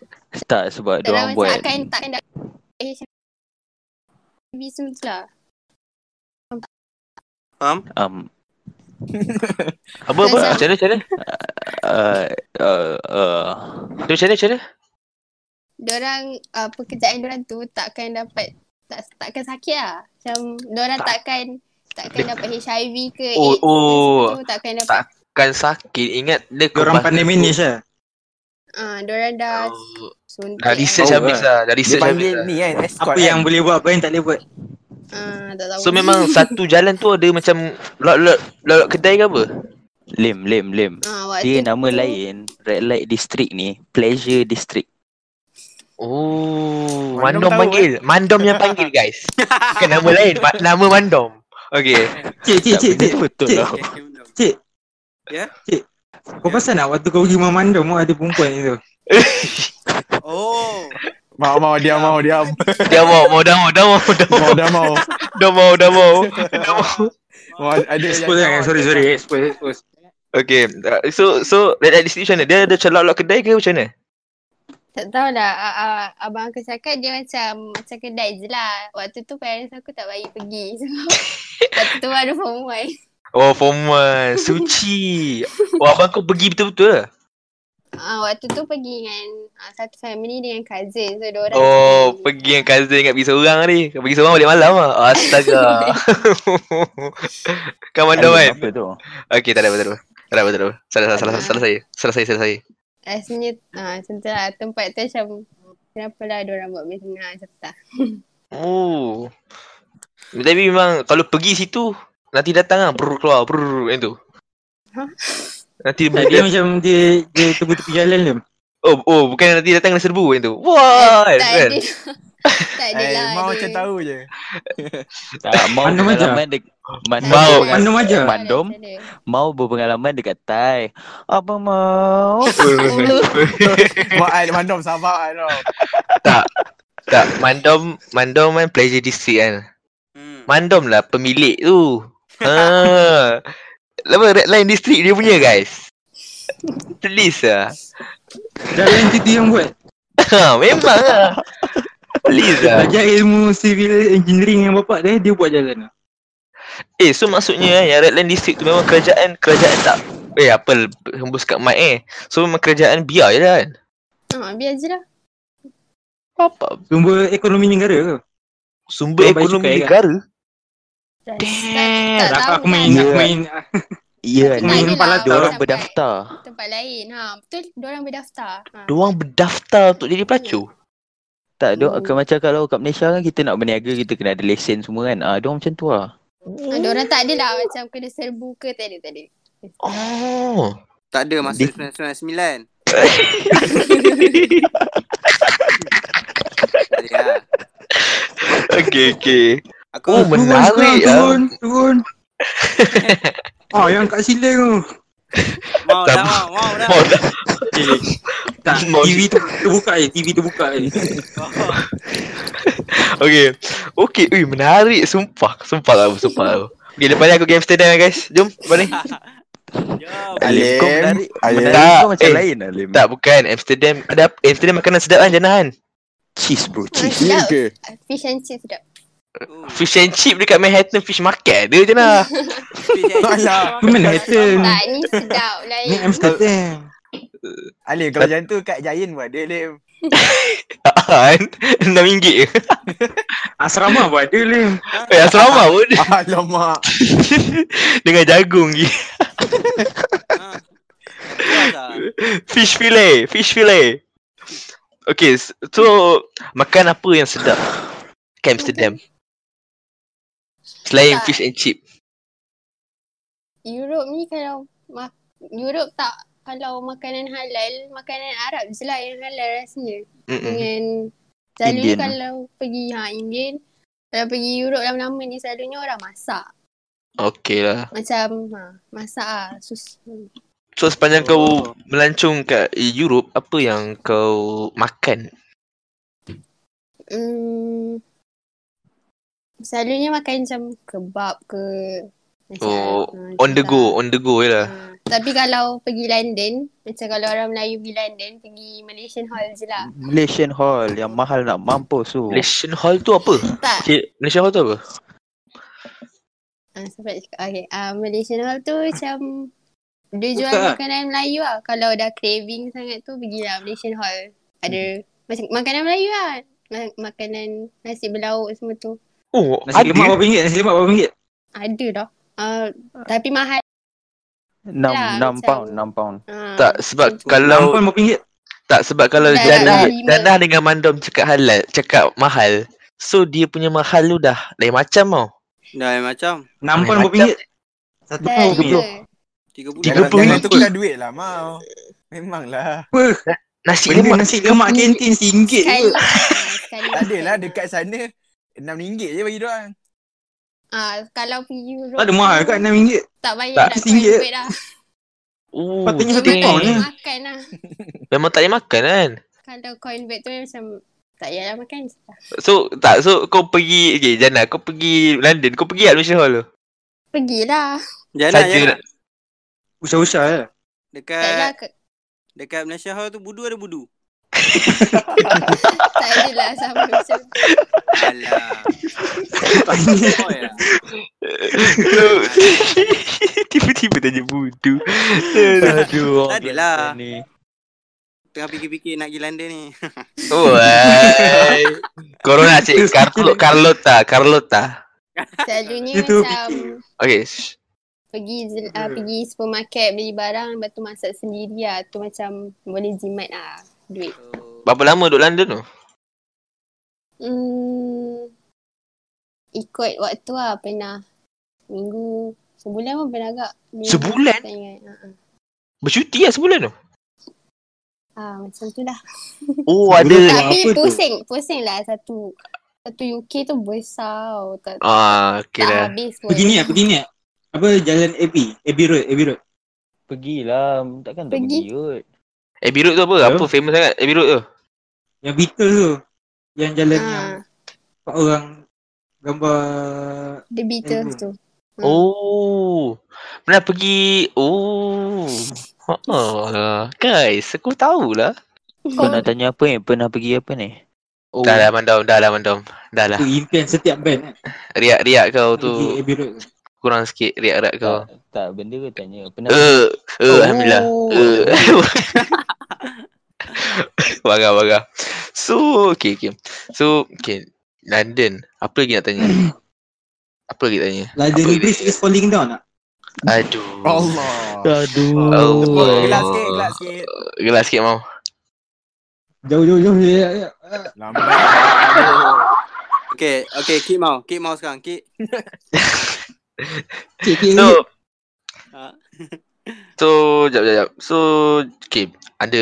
Tak sebab dia
Diorang macam
orang buat
akan takkan dah eh, macam bisu tu lah.
um
Apa, apa? Macam mana, macam mana?
uh, uh, uh,
Macam mana, macam mana?
Diorang, uh, pekerjaan diorang tu takkan dapat tak, takkan sakit lah. Macam diorang
Tak.
takkan takkan dapat HIV ke
Oh,
AIDS ke
oh.
semua tu takkan dapat.
Tak. Kan sakit. Ingat dia kebas-
Diorang pandai manage lah.
Ah, diorang dah suntik.
Oh. Dah research
Oh,
habis
eh.
lah. Dah
Dia
research habis
panggil
lah.
ni kan escort
Apa
kan?
yang boleh buat, apa yang tak boleh buat.
Ah, tak tahu.
So memang satu jalan tu ada macam lot-lot lot kedai ke apa?
lim lim lim.
ah, waktu
Dia nama
tu-
lain Red Light District ni Pleasure District.
Oh,
Mandom
Mandom,
tahu,
panggil. Mandom yang panggil guys. Bukan nama lain, ma- nama Mandom. Okey.
Cik, cik, Eh, cik, cik.
betul
cik.
tau.
Cik.
Ya?
Cik. Kau pasal nak waktu kau pergi memandang mak ada perempuan itu.
Oh.
Mau mau dia mau dia
Dia mau, mau dah mau, dah mau, dah mau,
mau dia
*laughs*
mau.
dah mau, dah mau. Dah mau.
Mau ada yang
Expose jangan, sorry, sorry. Expose, expose.
Okey. uh, So so red light district macam mana? Dia ada macam lot-lot kedai ke macam mana?
Tak tahulah. Ah, ah, abang aku cakap dia macam macam kedai je lah. Waktu tu parents aku tak bagi pergi. *laughs* So, waktu tu baru form one.
Oh, formal, suci. Oh, abang kau pergi betul-betul lah.
Ah, waktu tu pergi dengan ah, satu family dengan cousin. So, diorang
Oh, pergi dengan cousin ingat pergi seorang ni. Kau pergi seorang balik malam ah. *laughs* Astaga. Kau Mandom kan?
Apa tu?
Okey, tak ada betul. Tak ada betul. Salah
Tak
salah salah
ada.
salah saya. Salah saya, salah saya.
Rasanya ah, macam tu lah. Tempat tu macam kenapa lah diorang buat macam ni. Ah, Macam tu lah.
Oh. Tapi memang kalau pergi situ nanti datang ah brr keluar brr macam tu.
Hah? *laughs*
Nanti
Tak, dia macam dia dia tunggu tepi jalan dia.
oh oh bukan nanti datang dengan serbu macam tu.
Oh,
Wah.
Eh, Tak
kan?
ada. *laughs* tak ada
Eh,
lah.
mau
dia.
macam tahu je.
Tak, Ah, mau
Mandom aja.
pengalaman dek-
Tak
Mandom
ada
Mau.
lah.
Mandom aja.
Mandom?
Tak
*laughs*
ada.
mau berpengalaman dekat Thai. Apa mau?
Mau ai mandom sabar ai tau.
tak mandom mandom kan pleasure district kan.
Hmm.
Mandom lah pemilik tu.
*laughs*
Ha. Lama red line district dia punya guys. Telis lah. *laughs*
Jalan tu dia yang buat.
Ha, memang lah. Telis lah.
Belajar ilmu civil engineering yang bapak dia, dia buat jalan.
Eh, so maksudnya eh, yang Redland District tu memang kerajaan kerajaan tak Eh apa hembus kat mic eh So memang kerajaan biar je lah kan
Ah, biar je lah.
Apa
Sumber ekonomi negara tu.
Sumber
Orang baik
ekonomi
cukai kat.
negara
Damn.
Damn.
Tak, tak tahu
Aku, aku
kan.
main, aku
Yeah.
main.
Ya,
Tak
ni
ada
Kepala
lah
dia orang
sampai
berdaftar.
Tempat lain. Ha, betul diorang berdaftar. Ha.
Diorang berdaftar untuk jadi pelacur
Tak, dia
Hmm.
hmm. macam kalau kat Malaysia kan kita nak berniaga kita kena ada lesen semua kan. Ah, dia orang macam tu lah.
Ha, diorang tak ada lah macam kena serbu ke tak ada, tak ada.
Oh
Tak ada masa
Dia-
*laughs*
1999. tak ada lah.
Okay okay
Aku
Oh
Turun
menarik ya. *laughs*
sekarang,
lah
Turun, turun. Ah, yang kat sila tu.
Mau dah,
Tak-
mau, mau dah.
Oh, dah.
Eh, tak, TV tu terbuka eh. TV terbuka eh.
Okay Okay Ui menarik Sumpah Sumpah lah Sumpah lah Okay depan ni aku pergi Amsterdam guys Jom Depan ni
Jom.
Alim, kau menarik.
Alim.
Menarik kau macam
Eh,
lain Alim.
Tak bukan Amsterdam Ada Amsterdam makanan sedap kan Jana kan
cheese bro, cheese.
sedap.
Ya ke?
Ah, Fish and chips sedap.
Oh,
Fish and chip dekat Manhattan Fish market dia Jana
fish and
*laughs*
chips.
Alah.
Kau main Manhattan.
Tak, ni sedap
Hmm.
lah, eh.
Ni
lain.
Amsterdam.
Alim, kalau macam tu kat Giant pun ada *laughs* Alim.
Tak kan RM6 je
Asrama pun ada lah. Lim.
Eh asrama pun *laughs*
Alamak.
Dengan jagung je
Ha. Puas lah.
Fish fillet Fish fillet Okay s- So Makan apa yang sedap Kat Amsterdam Selain
Tak.
fish and chip
Europe ni kalau ma- Europe tak kalau makanan halal, makanan Arab je lah yang halal rasanya.
Mm-mm.
Dengan selalu
Indian.
kalau pergi ha Indian, kalau pergi Europe lama-lama ni selalunya orang masak.
Okay lah
Macam ha, masak ah sus.
So sepanjang
Oh.
kau melancung kat Europe Apa yang kau makan
Hmm. Selalunya makan macam kebab ke macam,
Oh,
ah,
On the
macam
go On the go je lah
Ha, tapi kalau pergi London, macam kalau orang Melayu pergi London, pergi Malaysian Hall je lah.
Malaysian Hall yang mahal nak mampus tu.
Malaysian Hall tu apa?
Tak,
Okay, Malaysian Hall tu apa?
uh, sampai cakap, okay. Uh, Malaysian Hall tu macam, dia jual
Bukan.
makanan Melayu lah. Kalau dah craving sangat tu, pergilah Malaysian Hall. Ada, macam makanan Melayu lah. Ma- Makanan nasi berlauk semua tu.
Oh,
Nasi lemak
ada
berapa ringgit? Nasi lemak berapa ringgit?
Ada dah. Uh, tapi mahal.
6
Lah, macam-
6 pound, 6 pound.
Uh,
tak sebab
Kalau
kalau
Nampan berapa ringgit?
tak sebab kalau
Dah,
Jannah
dah, dah.
Jannah dengan Mandom cakap halal, cakap mahal. So dia punya mahal tu dah lain macam tau.
Dah lain macam.
Nampan
Macam-
berapa ringgit? Satu
dah
pun
lima.
berapa
Tiga
Tiga
bulan.
Jangan,
puluh
jangan
ribu.
tukar duit lah mau. Memanglah.
Nasi
Benda
lemak.
nasi lemak kantin RM1
Sekali.
ke?
ah, sekali
Tak adalah
makan.
dekat sana RM6 je bagi diorang.
Ah, kalau pergi Europe.
Tak ada Ah, mahal
tu,
kan? kat RM6.
Tak payah
Tak,
dah keluar
RM1.
duit dah.
Oh,
Patutnya satu
dang.
ekor je.
Makan lah.
Memang tak payah makan kan?
Kalau convert tu macam tak payahlah makan je lah.
So tak so kau pergi okay, Jannah kau pergi London kau pergi kat Malaysian Hall tu.
Pergilah.
Jana,
Saja
Jana.
nak-
Usah-usah lah.
Tak adalah
Dekat
ke-
dekat Malaysia Hall tu budu ada budu.
tak adalah sama macam tu.
*laughs*
Alah. Oh, ya.
So, *laughs* Tiba-tiba tanya budu. Aduh. *laughs*
Tak adalah.
Ni.
lah. Tengah fikir-fikir nak pergi London ni.
Woi. Corona cik Carlo, Carlota, Carlota.
Selalunya
Itu
macam
Okay. sh-
pergi je- ah, pergi supermarket beli barang lepas tu masak sendiri lah. Tu macam boleh jimat ah duit.
Berapa lama duduk London tu?
Hmm, ikut waktu lah pernah minggu sebulan pun pernah agak. Minggu,
Sebulan?
tak ingat. Ah, ah.
Bercuti lah sebulan tu?
Ah, macam tu lah.
Oh
Sebulan
ada.
tak.
Tapi
apa tu?
pusing, pusing lah satu satu UK tu besar tau. tak,
Ah, okay
tak
dah.
habis pun.
Pergi ni lah, pergi ni lah. Apa jalan AB? AB Road, AB Road.
Pergilah, takkan tak
Pergi.
pergi kot.
Abbey Road tu apa?
Ya.
Ah. Apa famous sangat Abbey Road tu?
Yang Beatles tu. Yang jalan yang
Ah,
empat orang gambar
The Beatles
Hmm.
tu. Hmm.
Oh. Pernah pergi. Oh. Ha lah. Guys, aku lah. tahulah.
Kau nak tanya apa ni? Pernah pergi apa ni?
Oh. Dah lah mandom, dah lah mandom. Dah lah.
tu impian setiap band kan.
Riak-riak kau
Tu. Pergi
tu
AB Road tu.
kurang sikit riak-riak kau.
Tak, tak benda ke tanya. Pernah
Eh, eh alhamdulillah.
Oh,
Eh. *laughs* Bagar bagar So okay okay So okay London Apa lagi nak tanya Apa lagi nak tanya
London
Apa
Bridge Lah, is falling down lah.
Aduh
Allah.
Oh.
Tepuk gelas sikit, gelas
*laughs*
sikit.
Gelap sikit mau
Jauh, jauh, jauh. Ya, ya, ya.
Lambat.
Okay, okay, Kik Mau. Kik Mau sekarang. Kik.
Cik,
So
cik, cik.
Ha.
So Jap jap jap So Okay Ada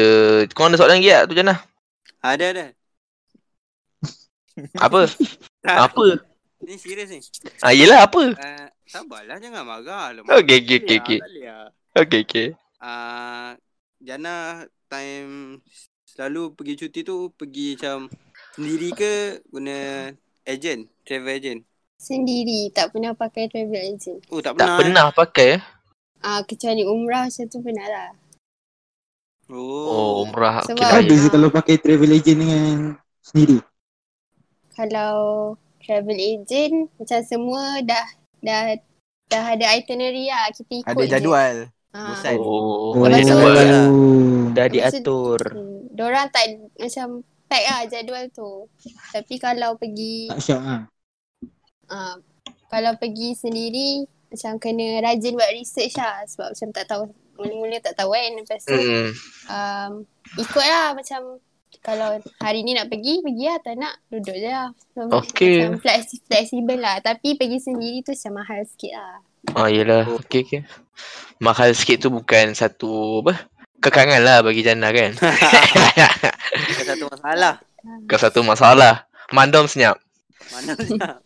Korang ada soalan lagi tak tu Jana
Ada, ada.
Apa Apa
Ni serius ni.
ah, Yelah apa
Uh, sabarlah, jangan marah. Alamak.
Okay okay okay,
Tak
okay.
boleh lah, tak boleh lah.
Okay, okay.
uh, Jana time selalu pergi cuti tu pergi macam sendiri ke guna agent, travel agent?
Sendiri tak pernah pakai travel agent.
Oh tak
Tak
pernah. eh?
pernah pakai eh.
Ah kecuali umrah macam tu pernah lah.
Oh,
Oh.
umrah.
Sebab-
Okay,
Ah,
Apa
baik.
beza kalau pakai travel agent dengan sendiri?
Kalau travel agent macam semua dah dah dah ada itinerary lah kita ikut
Ada
je.
jadual.
Ah.
Bosan.
Oh,
Lepas
ada
tu-
jadual.
ya.
Dah
Lepas tu-
diatur.
Hmm. Diorang tak macam pack lah jadual tu. Tapi kalau pergi
Tak syak ah.
uh, kalau pergi sendiri macam kena rajin buat research lah sebab macam tak tahu mula-mula tak tahu kan lepas tu
Hmm.
um, ikut lah macam kalau hari ni nak pergi pergi lah tak nak duduk je lah so,
Okey.
macam flexi- fleksibel lah tapi pergi sendiri tu macam mahal sikit lah
Ah, yelah. Okay, okay. Mahal sikit tu bukan satu apa? Kekangan lah bagi Jana kan.
Bukan satu masalah.
Bukan satu masalah. Mandom senyap.
Mana nak?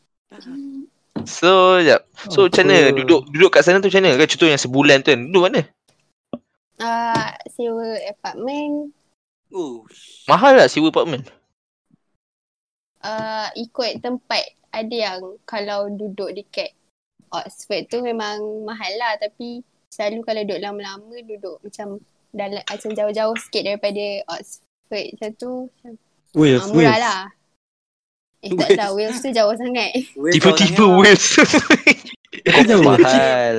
So, jap. So, macam mana? Duduk duduk kat sana tu macam mana? Kan contoh yang sebulan tu kan. Duduk mana?
uh, sewa apartment
*laughs* Oh.
Mahal lah sewa apartment.
uh, ikut tempat ada yang kalau duduk dekat Oxford tu memang mahal lah tapi selalu kalau duduk lama-lama duduk macam dalam macam jauh-jauh sikit daripada Oxford macam tu macam, ah,
Wales,
murah
Wales.
lah eh tak lah Wales tu jauh sangat
Wales
Tiba-tiba
orang
Wales. *laughs*
Kau jauh.
Mahal.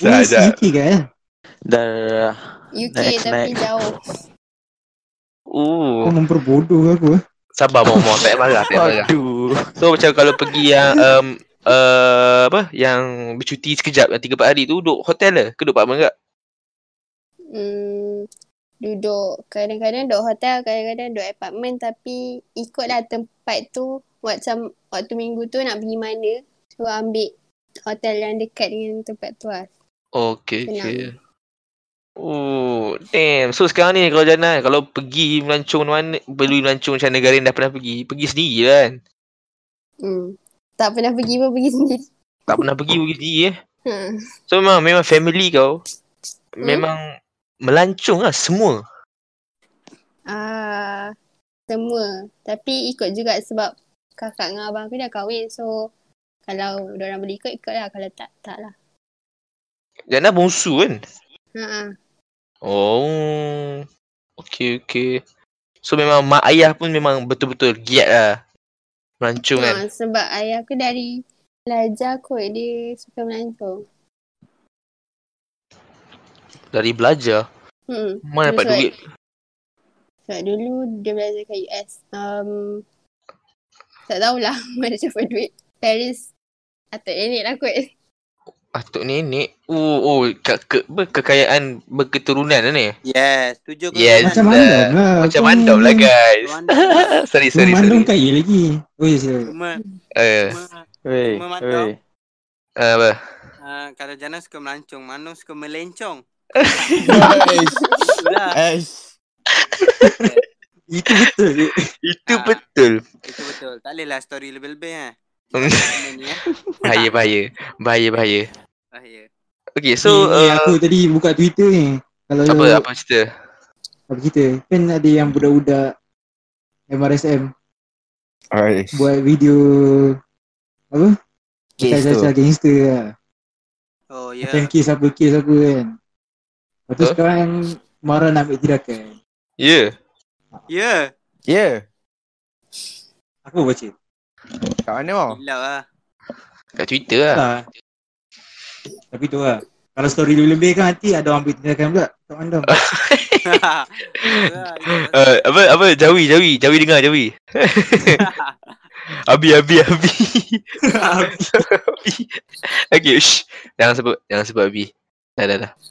Wales
Sekejap.
UK kan?
Dah
UK
Next,
tapi
next.
jauh
Oh,
Kau memperbodoh aku eh.
sabar mau mau tak payah marah, tak payah marah.
Aduh.
*laughs* So macam kalau pergi yang um, uh, apa yang bercuti sekejap yang 3 4 hari tu duduk hotel lah ke duduk apartment enggak?
hmm, duduk kadang-kadang duduk hotel kadang-kadang duduk apartment tapi ikutlah tempat tu macam waktu minggu tu nak pergi mana so ambil hotel yang dekat dengan tempat tu lah
Okey
Senang.
okey. Oh, damn. So sekarang ni kalau Jana kalau pergi melancong mana, pergi melancong macam negara yang dah pernah pergi, pergi sendiri lah kan.
Hmm. Tak pernah pergi pun pergi sendiri. *laughs*
Tak pernah pergi pergi sendiri eh.
Ha.
So memang memang family kau memang melancong lah semua.
Ah, semua. Tapi ikut juga sebab kakak dengan abang aku dah kahwin. So, kalau orang boleh ikut, ikut lah. Kalau tak, tak lah.
Jana bongsu kan?
Ha.
Oh. Okey okey. So memang mak ayah pun memang betul-betul giat lah. Melancong kan.
ha. Sebab ayah aku dari belajar kot dia suka melancong.
Dari belajar.
Hmm.
Mana dapat
Betul.
duit?
Sebab dulu dia belajar kat US. Um, tak tahulah *laughs* mana dapat duit. Parents atuk nenek lah kot.
Atuk Ah, nenek. Oh, oh ke, ke, apa, kekayaan berketurunan lah ni.
Yes, tujuh ke
Yes.
Macam
Dah.
mandom lah.
eh, Macam
Kau
mandom lah guys.
Mandom.
sorry,
Kau
sorry,
mandom
sorry.
kaya lagi. Oh, ya, sila.
Cuma,
Eh,
cuma
Weh,
Cuma mantap.
weh.
uh, apa?
uh, kalau Jana suka melancong, Mano suka melencong.
Eish.
Itulah.
Eish.
Itu betul.
Itu
Ah.
betul.
Itu betul. Tak boleh lah story lebih-lebih
*laughs*
eh.
Hmm.
Benda ni eh. Ah,
Bahaya,
ya.
bahaya. Bahaya, bahaya.
Bahaya.
Okay,
So,
so uh,
aku tadi buka Twitter ni. Kalau
apa apa cerita?
apa kita kan ada yang budak-budak MRSM
Eish.
buat video apa?
Kes tu.
Cacah-cacah gangster lah.
Oh ya.
Macam kes apa, kes apa kan. Lepas tu
Huh?
sekarang Mara nak ambil tirakan.
Ya. Yeah.
Ya.
Ya.
Aku baca.
Kat mana mau?
Gila
*laughs*
lah.
Kat Twitter lah.
Tak. Tapi tu lah. Kalau story lebih-lebih kan nanti ada orang ambil tindakan pula. Tak pandang.
Ah,
Ah. Itulah, itulah.
Uh, apa apa Jawi Jawi Jawi dengar
*laughs*
Jawi. Abi Abi Abi. *laughs* abi. Okay, shh. jangan sebut jangan sebut Abi. Dah dah dah.
*laughs*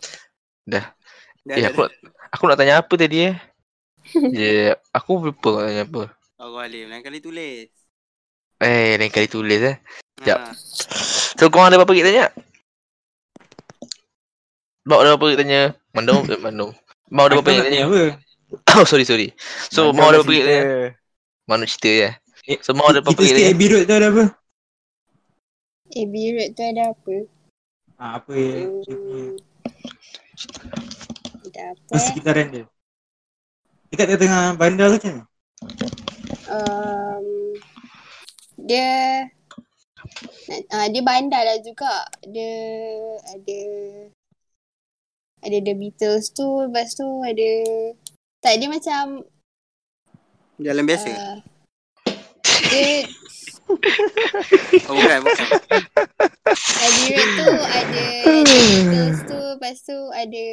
Dah,
Eh,
dah,
aku, nak- aku nak tanya apa tadi eh? Ya, yeah, aku lupa nak tanya apa.
dah. Allah alim. Lain kali tulis.
Eh, lain kali tulis eh. Jap.
Ha.
So, korang ada apa-apa kita tanya? Mau ada apa-apa kita tanya? Mandom, eh, Mandom. Mau ada
Aku
apa-apa kita
nak
tanya?
tanya apa?
*coughs* Oh, sorry, sorry. So, mau ada apa-apa kita tanya?
cerita.
Manu cerita je.
Eh,
So, mau ada apa-apa
Kita
kita
stay
tanya?
Abbey Road tu ada apa?
Eh, Beirut tu ada apa?
Ha, apa ya?
Hmm.
Terus
Dapat
sekitaran dia Dekat tengah-tengah bandar tu macam mana?
um, Dia uh, Dia bandar lah juga Dia ada Ada The Beatles tu Lepas tu ada Tak dia macam
Jalan biasa.
uh, Dia
Oh, bukan, bukan.
Adirat tu ada Beatles tu Lepas tu ada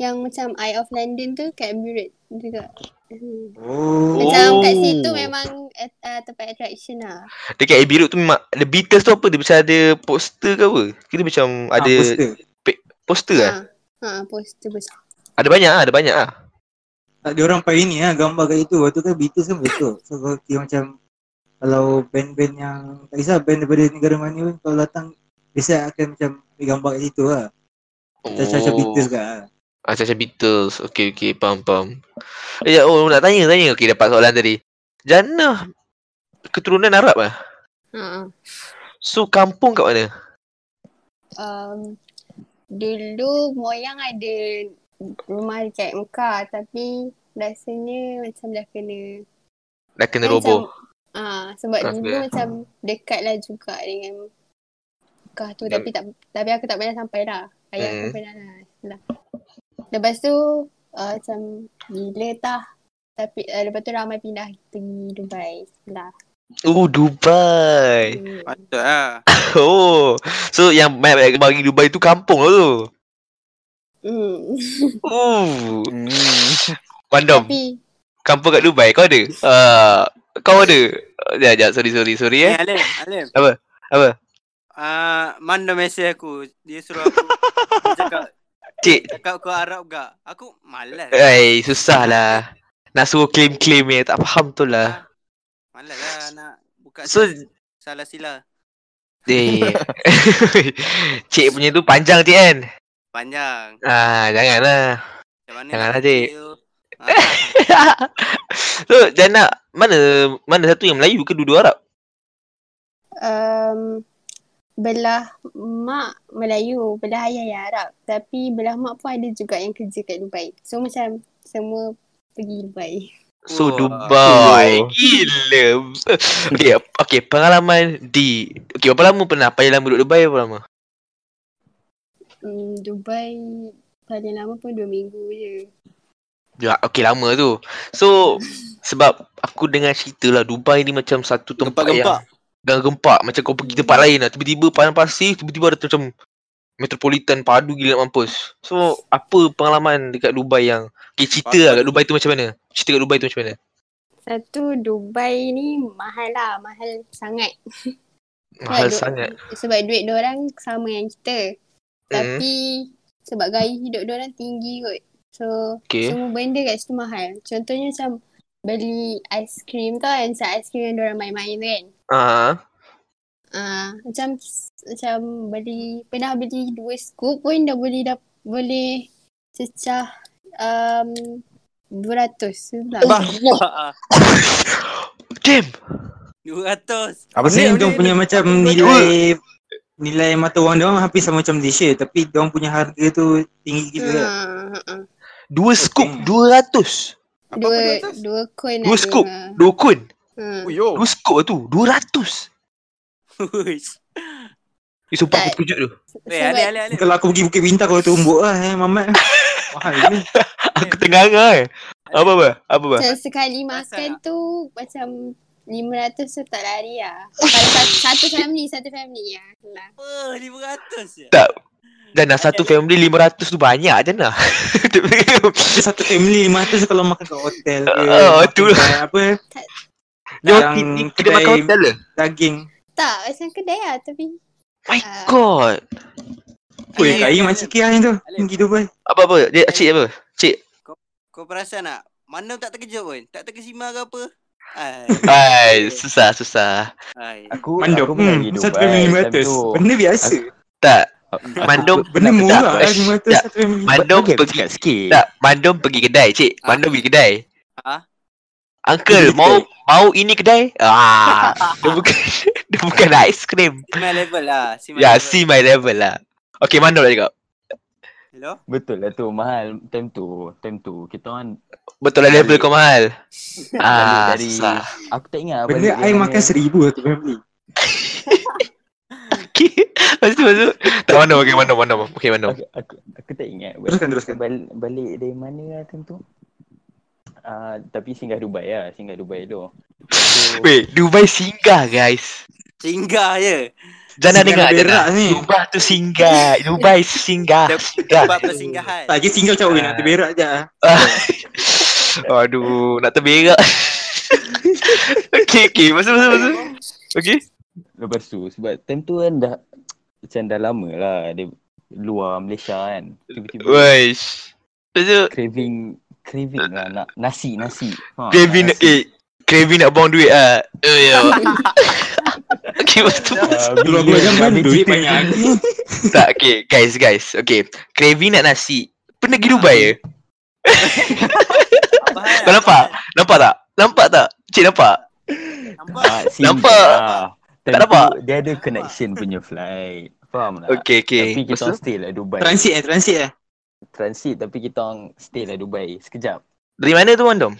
Yang macam Eye of London tu Kat Buret juga Hmm.
Oh
Macam kat situ memang uh, tempat attraction lah
Dekat Abbey Road tu memang The Beatles tu apa dia macam ada poster ke apa? Kita macam
Ah,
ada poster,
poster.
poster ah.
Ha, ha poster besar
Ada banyak ah, ada banyak ah.
Tak dia orang pakai ni lah gambar kat situ. Waktu kan Beatles kan betul. So kalau kira macam kalau band-band yang tak kisah band daripada negara mana pun kalau datang biasa akan macam ambil gambar kat situ lah. Macam
Oh.
macam Beatles kat lah.
Ah, macam Beatles. Okey okey, faham faham. Eh, ya, oh nak tanya tanya. Okey dapat soalan tadi. Jannah keturunan Arab ah.
Ha, ha.
So kampung kat mana?
um, Dulu moyang ada rumah dekat Mekah Tapi rasanya macam dah kena
Dah kena
Dia
roboh. eh.
Macam, ah, sebab
Rasa
dulu
dia.
macam dekat lah juga dengan Mekah tu tapi tak tapi aku tak pernah sampai lah. Ayah aku
Hmm.
pernah lah. lah. Lepas tu uh, macam gila tah. Tapi uh, lepas tu ramai pindah pergi Dubai lah.
Oh Dubai.
Hmm.
Patut lah.
Oh. So yang banyak-banyak bagi Dubai tu kampung lah tu.
Hmm.
Oh.
Hmm.
Pandam.
Tapi
Kampung kat Dubai kau ada? Ah, kau ada? Ya, ya, sorry sorry sorry
Ni
eh.
Alim, Alim.
Apa? Apa?
Ah, mana mesej aku. Dia suruh aku cakap
Cik,
cakap kau Arab gak? Aku malas.
eh susah lah. Nak suruh claim-claim ni tak faham tu lah.
Malas lah nak buka
So
salah sila.
Eh.
*laughs*
cik punya tu panjang cik kan?
Panjang.
Ah,
*laughs*
janganlah.
Macam mana?
Janganlah,
nak
Dik.
kecil? Ah,
so, Jana, mana mana satu yang Melayu ke dua-dua Arab?
um, belah mak Melayu, belah ayah yang Arab. Tapi belah mak pun ada juga yang kerja kat Dubai. So macam semua pergi Dubai.
So,
Wah.
Dubai. Gila. okay, okay, pengalaman di... Okay, berapa lama pernah? Paling lama duduk Dubai berapa lama?
Hmm, Dubai paling lama pun dua minggu je.
Ya, okay, lama tu. So, sebab aku dengar cerita lah Dubai ni macam satu tempat yang...
Gempak-gempak.
Gang gempak Macam kau pergi tempat lain lah Tiba-tiba padang pasir Tiba-tiba ada macam Metropolitan padu gila nak mampus So apa pengalaman dekat Dubai yang Okay cerita lah kat Dubai tu macam mana Cerita kat Dubai tu macam mana
Satu Dubai ni mahal lah, mahal sangat. Sebab
Mahal
du-
sangat
Sebab duit orang sama yang kita.
Hmm,
Tapi sebab gaya hidup orang tinggi kot. So
Okay
semua benda kat situ mahal. Contohnya macam beli aiskrim tau kan, macam aiskrim yang orang main-main tu kan.
Ah,
Ah, macam macam beli pernah beli dua scoop pun dah boleh dah boleh cecah um 200 sebelah.
Bah. *laughs* Ah,
Damn
200.
Apa ni?
Maksudnya dia orang punya macam nilai nilai mata wang dia orang hampir sama macam Malaysia tapi dia orang punya harga tu tinggi kan. gila.
Ha, ha, ha.
Dua scoop
damn.
Dua ratus
Apa
Dua
benda tu?
dua kon
Dua
ada,
scoop.
ha.
Dua kun
Ha.
Oh, yo.
Dua scoop lah tu Dua ratus
Uish.
Eh sumpah aku
Tak.
terkejut tu
Weh, Alim,
Sebab
Alim, Alim.
Kalau aku pergi Bukit Bintang kalau tumbuk lah eh mamat. Mahal gila.
*laughs* Aku tengah-tengah eh Apa apa Apa apa
macam sekali makan tu macam 500 tu tak lari lah. Kalau satu, satu family, satu family lah. Lah.
Apa? 500 je?
Tak. Dan nak satu family 500 tu banyak je lah *laughs*
Dia satu family 500 kalau makan kat hotel ke.
Oh, tu lah.
makan kat Apa
Dia
Yang
orang kedai makan
kedai-
hotel lah
daging.
Tak, macam kedai lah tapi
My
Ah.
god
Weh,
Alim,
kaya
Alim,
makcik kia yang tu.
Alim.
Pergi Dubai.
Apa apa? Dia cik apa? Cik.
Kau perasan tak? Mana tak terkejut pun? Tak terkesima ke apa? Ai.
Ai, susah susah.
Ai.
Aku
Mandop.
aku pernah
Hmm,
pergi
satu
Dubai
family
time
500.
tu.
Benda biasa.
Tak,
Aku-
Mandop-
aku-
Benda
tak-
murah
tak,
lah 500
Ya. tak.
satu family.
Man- Mandop
Boleh
pergi-
cakap sikit.
tak Mandom pergi kedai, cik. Mandom pergi kedai.
Ah?
Uncle,
Pergi
mau mau ini kedai?
*laughs*
Ah, dia bukan *laughs* dia bukan ais krim.
Sima level lah. Sima
Ya,
level.
see my level lah. Okay, Mandom nak lah cakap.
Hello?
Betul lah tu mahal time tu time tu kita orang
Betul lah dia beli kau
*laughs*
mahal. Ah,
dari
susah. *laughs*
aku tak ingat
Benda
balik
I
dia
makan
punya-
seribu lah tu family.
Okay. Lepas tu, lepas tu. Tak mana, okay, mana, mana. Okay, mana.
Aku, aku, aku tak ingat
Teruskan, teruskan.
balik, balik dari mana lah time tu uh, tapi singgah Dubai lah singgah Dubai tu so,
Wait, Dubai singgah guys.
Singgah je.
Jangan
Singgah
dengar,
berak
jangan.
ni.
Dubai tu singgah. Dubai *laughs* singgah. singgah.
Tempat persinggahan.
Tak, dia single macam, oi nak terberak je lah.
Aduh, nak terberak. *laughs* okay, okay. Masuk, masuk, masuk. Okay.
lepas tu sebab time tu kan dah macam dah lama lah dia luar Malaysia kan tiba-tiba
Wesh. Lepas tu,
craving craving lah nak nasi nasi ha, nak
Kevin,
nasi.
eh, Kevin nak buang duit ah. Oh, *laughs* ya. okay, lepas tu.
Ah,
Keluar
bila
keluar jam
dah
kan
habis
duit
cerita
banyak
tu-
lagi.
tak, okay. Guys, guys. Okay. Kevin nak nasi. Pernah pergi Dubai ya?
Abang Han,
Kau nampak? Nampak tak? Nampak tak? Cik nampak?
Nampak?
Ah, sini
Nampak?
lah.
Tak
Tentu
nampak?
Dia ada connection punya flight. Faham tak?
Okay, okay.
Tapi kita
Lepas
orang
tu,
stay lah Dubai.
*laughs* Transit eh, transit eh.
Transit tapi kita orang stay lah Dubai. Sekejap.
dari mana tu, Mondom?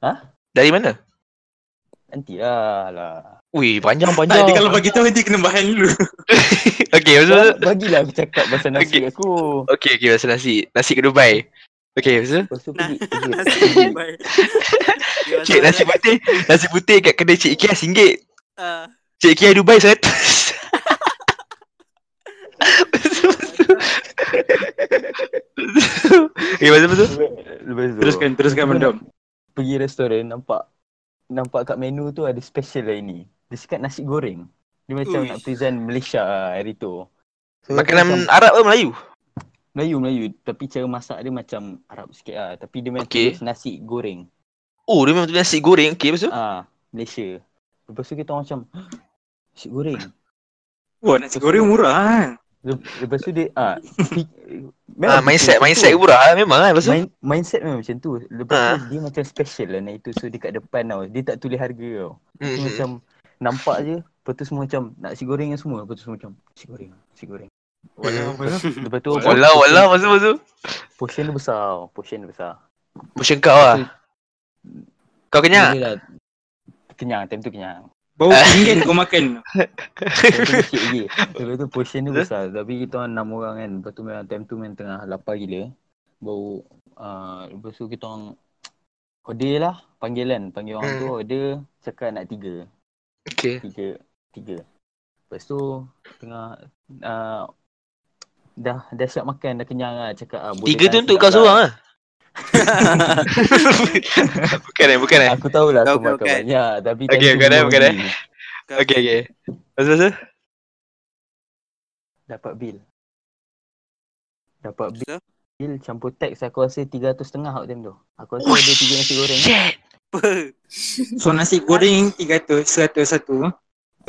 Hah?
Dari mana?
Nanti lah lah.
Wih, panjang-panjang. *laughs*
Tak, dia kalau bagi tahu dia kena bahan dulu.
okay, lepas tu.
Bag- Bagilah aku cakap pasal nasi
Okay.
aku.
Okay, okay. Pasal nasi. Nasi ke Dubai. Okay, lepas tu.
Lepas tu pergi. pergi.
Nasi Dubai.
Cik, nasi putih. Nasi putih kat kedai Cik Ikia RM1.
*laughs* Ah.
Cik Kia Dubai 100 *laughs* Betul-betul Okay betul-betul
Lepas tu.
Teruskan, teruskan Mendom.
Pergi restoran nampak. Nampak kat menu tu ada special lah ini. Dia cakap nasi goreng. Dia macam
Ui.
nak present Malaysia lah hari tu. So,
Makanan Arab ke Melayu?
Melayu Melayu tapi cara masak dia macam Arab sikit lah tapi dia memang
Okey.
tulis nasi goreng
Oh dia memang tu nasi goreng Okay lepas tu
ah Malaysia lepas tu kita orang macam "Hah, nasi goreng
Wah, nasi goreng murah kan.
Lep- lepas tu dia ah pi-
ah,
memang
Mindset
macam
Mindset
tu.
pura lah Memang lah lepas tu
Mind, mindset memang macam tu lepas
Ah.
tu dia macam special lah night tu so dekat depan tau dia tak tulis harga tau dia
Mhm.
macam nampak je lepas tu semua macam nasi goreng yang semua lepas tu semua macam nasi goreng nasi goreng
Walau, walau.
lepas tu
Hmm, Walau walau Lepas tu lepas tu
portion dia besar tau. portion dia besar
Macam kau lah Kau kenyang?
Boleh lah. kenyang time tu kenyang
Bau pinggan kau makan.
Lepas tu sikit lagi. Lepas tu portion dia besar Tapi kita orang enam orang kan Lepas tu memang time tu memang tengah lapar gila Baru uh, Lepas tu kita orang Order lah Panggil kan Panggil orang
Hmm.
tu order Cakap nak tiga
Okay
Tiga Tiga Lepas tu Tengah uh, Dah dah siap makan Dah kenyang lah Cakap ah, boleh
Tiga
lah,
tu untuk
sedap
kau seorang
lah.
lah Bukan eh bukan eh
Aku tahulah
Kau
aku makan
bukan.
banyak Tapi
Okay,
time tu
bukan eh,
belum
bukan eh.
lagi
Okay okay Lepas tu lepas tu
Dapat bil Dapat
Lepas tu?
Bil campur teks aku rasa 300 setengah out time tu. Aku rasa ada tiga nasi goreng.
Oh,
Ah,
Shit
Apa?
So nasi goreng 300, 101.
Ah,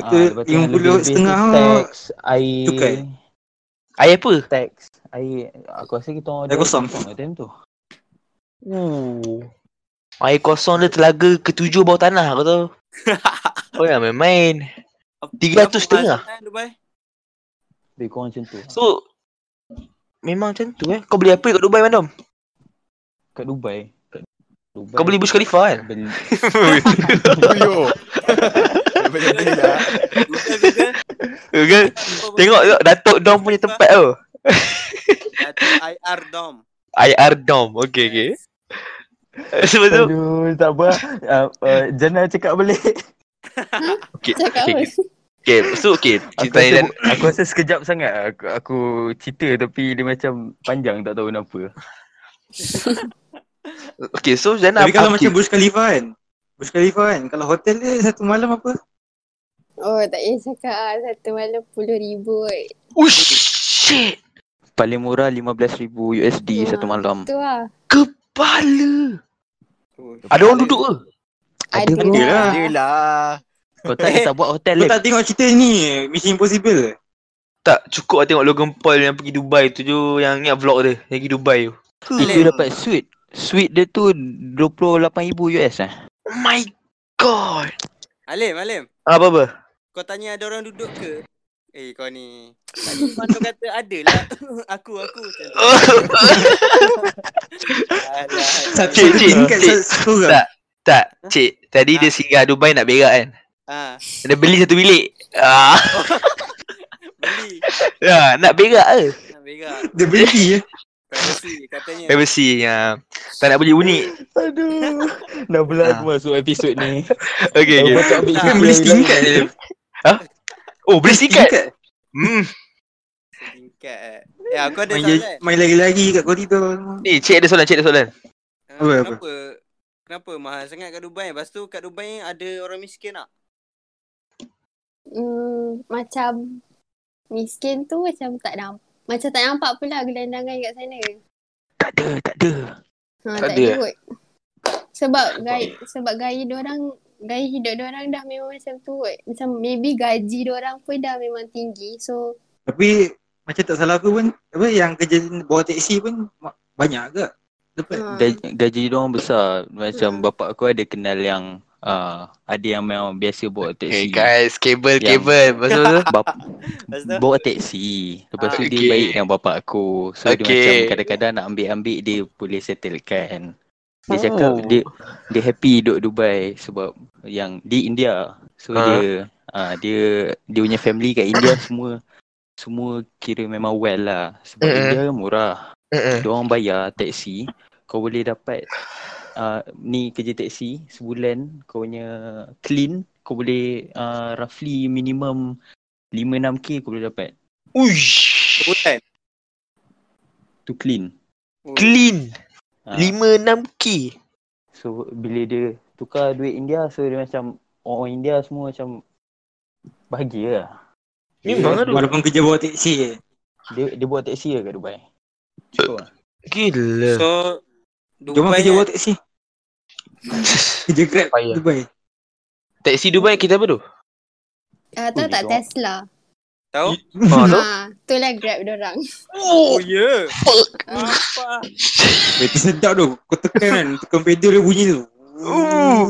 Betul,
lepas tu yang
50
lebih-lebih tu
setengah
Teks, air,
tukar.
Air apa?
teks, air. Aku rasa kita orang
Dah kosong.
out time tu.
Ooh. Air kosong dia telaga ketujuh bawah tanah kau
*laughs*
tahu. oh ya main-main.
Apa-
300 setengah?
apa bahasa Dubai? *laughs*
Lebih kurang macam tu. So,
So memang macam tu eh. Kau beli apa kat Dubai Mandom?
kat Dubai. Kat Dubai.
Kau beli Burj Khalifa
*laughs*
kan?
beli
Kan?
Yo. Macam tu lah.
Google, Google.
Kan?
Apa-
Tengok tengok Datuk Dom punya tempat tu.
Datuk IR Dom.
IR Dom. Okey okey. Sebab tu
Aduh, tak apa. Uh, uh, Jana cakap boleh.
okey.
Cakap
Okey.
apa?
*laughs* okey. Okey, so okey.
Aku
Cerita
rasa,
dan
aku rasa sekejap sangat aku, aku cerita tapi dia macam panjang tak tahu kenapa.
okey, so Jana
Tapi kalau
apa-
macam Burj Khalifa kan. Burj Khalifa kan. Kalau hotel dia satu malam apa?
Oh tak payah cakap lah. Satu malam puluh ribu kot.
Ush, shit.
Paling murah 15000 USD
Ya.
satu malam.
Tu lah.
Kepala. Ada orang duduk ke?
Ada
Ada
kot.
lah.
Yelah.
*laughs* Kau tak kita buat hotel
Kau
leh.
tak tengok cerita ni Mission Impossible
Tak, cukup lah tengok Logan Paul yang pergi Dubai tu je Yang ingat vlog dia, yang pergi Dubai tu
Itu dapat suite. Suite dia tu 28000 US eh.
Oh my god
Alim, Alim.
Apa-apa?
Kau tanya ada orang duduk ke? Eh kau ni Tadi Mano kata ada lah *laughs* Aku aku macam tu Alah,
Cik, cik,
Kat
cik.
satu orang.
Tak, tak. Cik, tadi dia singgah Dubai nak berak kan.
ah,
Dia beli satu bilik. Ah, *laughs*
Beli
ya, nak berak ke?
Nak berak
Dia berhenti ya.
Privacy katanya
Privacy. Ya. Tak nak *laughs* bunyi-bunyi.
Aduh. Dah pula aku masuk episod ni.
Okey, okey.
Kau ambil
Kan beli stingkat je.
Oh, beli sikat.
Stingkat.
Hmm.
Tingkat eh. Eh aku ada
Main,
soalan
main lagi-lagi kat koridor.
Ni, Eh, cik ada soalan, cik ada soalan.
Ah,
Apa, apa?
Kenapa Kenapa mahal sangat kat Dubai Lepas tu kat Dubai ada orang miskin tak
Hmm, macam miskin tu macam tak nampak. Macam tak nampak pula gelandangan kat sana.
*laughs* Tak ada, tak ada.
Ha,
Tak
tak,
ada,
ada kot. Sebab gaya, sebab gaya diorang, gaya hidup diorang dah memang macam tu kot. Macam maybe gaji diorang pun dah memang tinggi. So,
Tapi macam tak salah aku pun apa yang kerja bawa teksi pun ma- banyak ke? Dapat.
ha,
Gaji, gaji diorang besar. Macam
Hmm.
bapak aku ada kenal yang uh, ada yang memang biasa bawa
Hey
teksi.
guys, kabel,
Yang-
kabel. Lepas *laughs* tu,
Bap-
Lepas tu?
bawa teksi. Lepas tu
Ah.
dia
Okay.
baik dengan bapak aku. So dia
Okay.
macam kadang-kadang nak ambil-ambil dia boleh settlekan. Dia cakap
Oh.
dia dia happy duduk Dubai sebab yang di India. So
Ah.
dia ah dia dia punya family kat India *coughs* semua semua kira memang well lah sebab
Mm-mm. Eh.
India murah.
Mm-mm.
Dia orang bayar teksi, kau boleh dapat uh, ni kerja teksi sebulan kau punya clean kau boleh uh, roughly minimum 5-6k kau boleh dapat
uish.
Sebulan
tu clean.
Oh,
Clean. Ah.
Ha.
5-6k.
So bila dia tukar duit India so dia macam orang India semua macam bahagia lah.
Memang lah tu.
Walaupun kerja bawa teksi.
Dia dia buat teksi ke kat Dubai? Cukup lah.
Gila.
So
Jom
Dubai
kerja bawa
kan,
teksi. Kerja Grab
Payah.
Dubai.
Taksi Dubai kita apa
uh,
tu?
tahu
Ui,
tak
diorang-
Tesla?
Tahu
Ha, tu.
Ha, tu lah grab diorang.
Oh,
Oh ya
fuck.
yeah. Apa
Kereta sedap tu. Kau tekan kan. *laughs* Tekan pedal dia bunyi tu.
Ooh.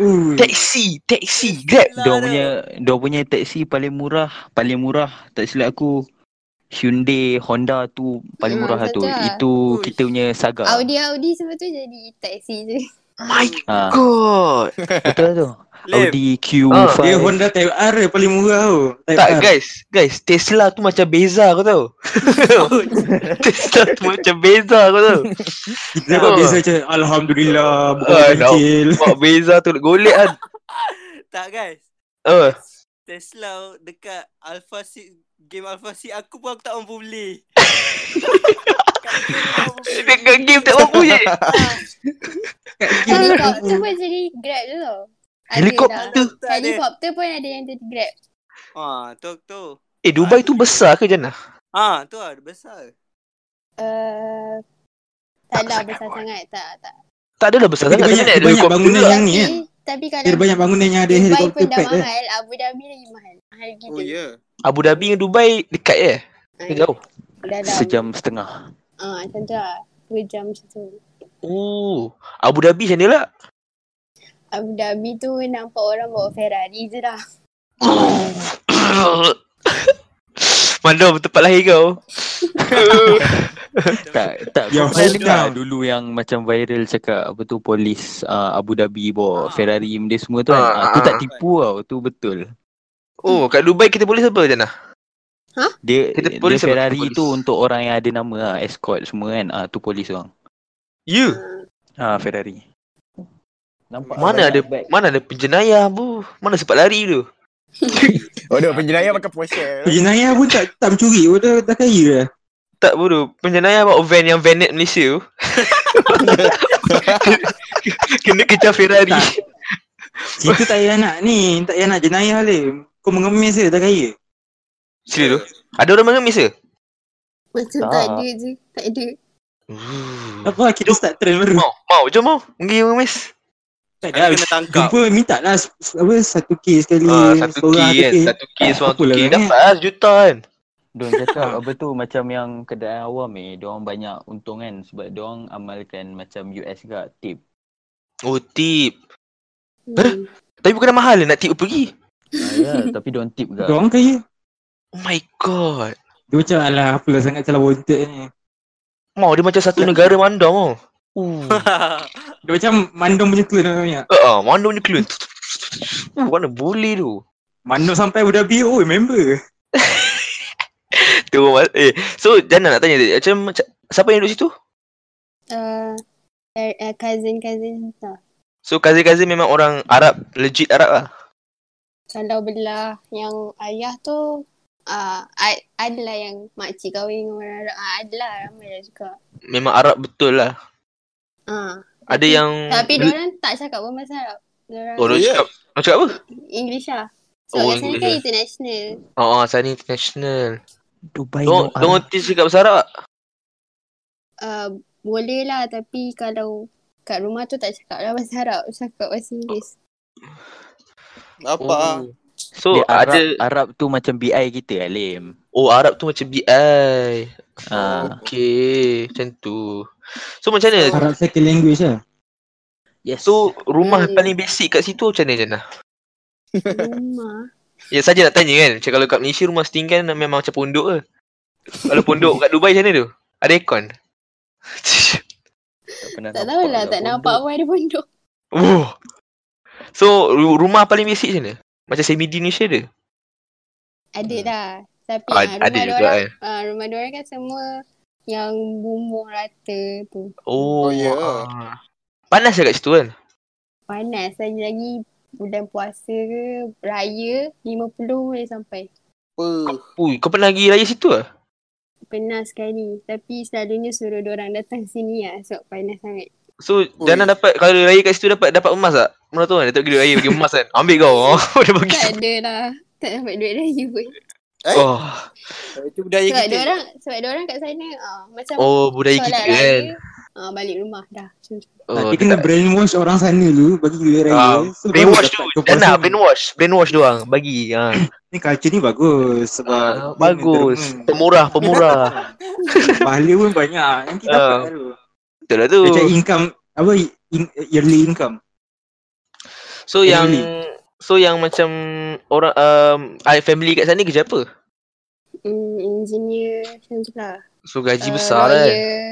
Ooh.
Taksi, taksi, grab.
Lah
Dia
tu.
punya dia punya teksi paling murah, paling murah tak silap aku Hyundai, Honda tu paling
Hmm,
murah lah
betul
tu.
lah.
Itu
Uish.
kita punya saga.
Audi Audi semua tu jadi taksi je.
My
Ha,
god.
betul tu.
Lem.
Audi
Ah.
Q5.
Dia Honda Type R yang paling murah tu.
Eh,
Type
Tak guys, guys, Tesla tu macam beza kau
*laughs*
tahu. Tesla tu macam beza kau tahu.
Kita dapat
Oh.
biasa macam Alhamdulillah.
Ah,
Bukan
no.
kancil.
Buat beza tu golek kan.
Tak guys
Oh,
Tesla dekat Alpha Six game Alpha Six aku pun aku tak mampu beli. Kat game aku tak mampu beli.
dekat game tak mampu
Helikopter
je.
Ah,
pun jadi grab tu tau. Ada
Helikopter?
dah.
tak ada.
Helikopter pun ada yang jadi grab.
Ah, tu tu.
Eh Dubai tu besar ke Jana?
Ah, tu ah besar.
Uh, tak
Tak
lah
sangat
besar
kot.
sangat. Tak, tak.
tak adalah besar
Tapi
sangat. Tapi
banyak,
nak
banyak
helikopter
bangunan
lah.
yang ni kan.
Tapi, tapi kalau
Ada banyak bangunan yang ada
Dubai pun
helikopter
dah
pad eh.
mahal. Abu Dhabi lagi mahal. Mahal gila.
Oh ya.
Abu Dhabi dengan Dubai dekat je.
Ah,
Ke jauh.
Dalam.
Sejam setengah.
Ah, macam tu lah. Dua jam macam tu.
Oh, Abu Dhabi macam ni *laughs* lah.
Abu Dhabi tu nampak orang bawa Ferrari je dah. *laughs*
Mandom tempat lahir kau.
*laughs*
Tak tak
Yang
kau pernah
Honda.
dengar dulu yang macam viral cakap apa tu polis uh, Abu Dhabi bawa
Ah.
Ferrari benda semua tu kan.
Ah,
Aku
ah.
tak tipu tau tu betul.
Oh, kat Dubai kita polis apa Jana?
Dia,
Kita
dia
polis apa?
Ferrari
Polis.
tu untuk orang yang ada nama lah, escort semua kan. Ah tu polis orang.
You.
Ah Ferrari. Nampak
Mana ada
banyak beg.
mana ada penjenayah bu? Mana sempat lari tu?
Aduh, penjenayah pakai Porsche.
Jenayah pun tak tak mencuri. pun Dah, dah kaya lah.
Tak bodoh. Penjenayah bawa van yang Vanet Malaysia tu. *laughs* Kena kejar Ferrari.
Situ tak payah nak ni. Tak payah nak jenayah le. Kau mengemis je dah kaya.
Sila tu. Ada orang mengemis ke?
Macam tak,
Ah.
Tak.
ada je. Tak ada.
Apa kita start trend baru.
Mau, mau, jom mau. Pergi mengemis.
Tak
Aku
ada.
kena
*laughs*
tangkap.
Jumpa minta lah s- s- apa satu k sekali.
Ah, satu
seorang
key kan.
K.
Satu key, seorang tu
Apalah
key.
banyak.
Dapat lah sejuta kan.
Diorang cakap *laughs* apa tu macam yang kedai awam eh. Diorang banyak untung kan sebab diorang amalkan macam US guard tip.
Oh, tip.
Hmm.
Tapi bukan mahal lah nak tip pergi. *laughs*
Ah, ya, tapi diorang tip guard.
Diorang kaya.
Oh my god.
Dia macam alah apalah sangat celah bontot ni.
Mau dia macam satu negara mandam tau. Uh.
Dia macam mandung punya tu namanya.
*laughs* Ah, uh, mandam punya clone. Uh, mana boleh tu.
Mandung sampai Abu Dhabi oi member.
Tu mas- eh so Jana nak tanya dia, macam macam- siapa yang duduk situ?
Uh, eh, eh, cousin-cousin lah.
So Kazir-Kazir memang orang Arab, legit Arab lah.
Kalau belah yang ayah tu uh, adalah yang makcik kahwin dengan orang Arab. Uh, adalah ramai lah juga.
Memang Arab betul lah.
Uh,
Ada yang
tapi dia orang tak cakap pun bahasa Arab. Diorang
Oh, dia
Yeah.
cakap, nak cakap apa?
English lah. So
Oh,
kat sana kan
English.
international.
Oh, oh saya ni international.
Dubai
Dong,
Oh, ah.
dong teach cakap bahasa Arab. tak?
Uh, boleh lah tapi kalau kat rumah tu tak cakap lah bahasa Arab. Cakap bahasa Inggeris.
Apa? ah?
Oh. So
Dia Arab,
ada
Arab tu macam BI kita Alim.
oh Arab tu macam BI.
Ah.
Oh. Okay, macam tu. So macam mana?
Arab second language lah.
Yes.
So rumah
Hmm.
paling basic kat situ macam mana Jana? *laughs*
Rumah.
Ya saja nak tanya kan. Macam kalau kat Malaysia rumah setinggan memang macam pondok ke? Kalau pondok kat Dubai macam mana tu? Ada aircon? *laughs*
tak pernah
Tak tahulah tak
lah,
nampak pun ada
*laughs*
pondok.
Wow. So ru- rumah paling basic macam mana? Macam semi di Malaysia ada?
Ada
Hmm.
lah. Tapi
Ah,
ah,
ada
rumah
juga,
dia orang,
eh.
ah, rumah dia orang kan semua yang bumbung rata tu.
Oh,
Oh, ya.
ah. Panas lah kat situ kan?
Panas lagi-lagi bulan puasa ke raya 50 boleh sampai.
Apa?
Ui, kau pernah pergi raya situ lah?
Pernah sekali. Tapi selalunya suruh orang datang sini lah sebab panas sangat.
So
Ui.
Jana dapat kalau raya kat situ dapat dapat emas tak? Mana tahu kan? Datuk pergi raya bagi emas *laughs* kan? Ambil kau. Dia bagi.
Tak ada lah. Tak dapat duit raya pun.
Oh,
Eh, Itu budaya
Sebab
kita.
dia orang sebab dia orang kat sana ah, macam
oh budaya kita kan.
ah, balik rumah dah. Macam tu.
Oh,
Nanti kena brainwash orang sana dulu bagi gila raya.
Ah,
so, baru
brainwash
dapat
tu.
kepuasan.
Jana brainwash, brainwash doang bagi. Ha.
Ni culture ni bagus sebab
Ah,
dia
bagus.
menderma.
Pemurah, pemurah.
Pahala pun banyak. Nanti
Ah.
dapat baru.
*laughs* Betul lah tu.
Dia Macam income apa in, yearly income.
So yang so yang macam orang um, I family kat sana kerja apa?
Hmm, engineer macam tu lah.
So gaji
Ah,
besar lah. eh.
lawyer.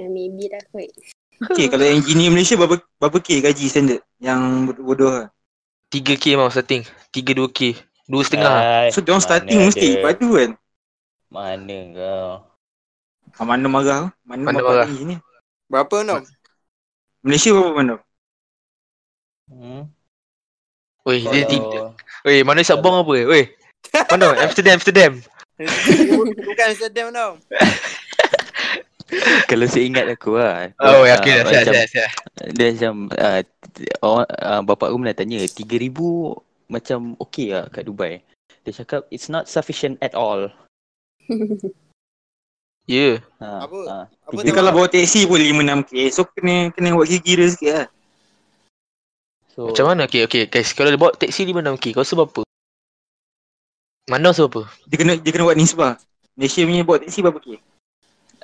Ah, maybe lah kot.
Okay, kalau engineer Malaysia berapa berapa K gaji standard yang bod- bodoh lah.
3k mau starting. 3 2k. 2.5.
Hai,
So dia orang
mana
starting
ada.
mesti padu kan.
Mana kau?
Ah, mana marah? Mana,
Mana
mana
marah?
marah ni?
Berapa Nom?
Malaysia berapa mana?
Hmm.
Oi, dia tiga.
Kalau-
Oi, mana Sabong apa? Oi. *laughs* Mana? Amsterdam, Amsterdam.
*laughs* Bukan Amsterdam Nom.
Kalau saya ingat aku lah.
Oh,
Ah,
okay, dah siap,
macam-
siap, siap.
Dia macam ah, t- orang, ah, bapak aku pernah tanya 3000 macam okey lah kat Dubai. Dia cakap it's not sufficient at all.
Ya.
Ha.
Apa?
Ha.
Apa
Dia
tu?
kalau bawa teksi pun 5 6 K. So kena kena buat kira-kira sikit lah.
So
Macam mana? Okay, okay, guys. Kalau dia bawa teksi 56k, kau rasa berapa? Mandang berapa?
Dia kena dia kena buat nisbah. Malaysia punya bawa teksi berapa K?
Eh.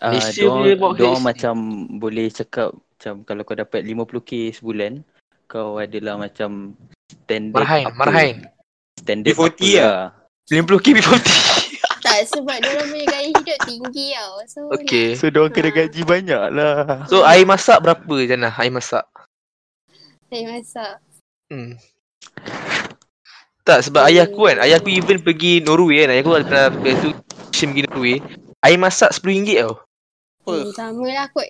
ah,
Malaysia
diorang-
punya box
diorang
office.
macam boleh cakap macam kalau kau dapat 50k sebulan kau adalah macam standard
Marhain,
apa,
marhain.
Standard
B40
apa
lah.
lah.
50k *laughs* B40.
tak sebab dia orang punya gaya hidup tinggi tau. So
Okay.
So diorang kena gaji banyak lah.
So air masak berapa Jana? Air masak.
saya masak.
Hmm. Tak sebab ayah aku kan, ayah aku even pergi Norway kan. Ayah aku pernah pergi tu Shim pergi Norway. Air masak RM10 tau.
Hmm, sama lah kot.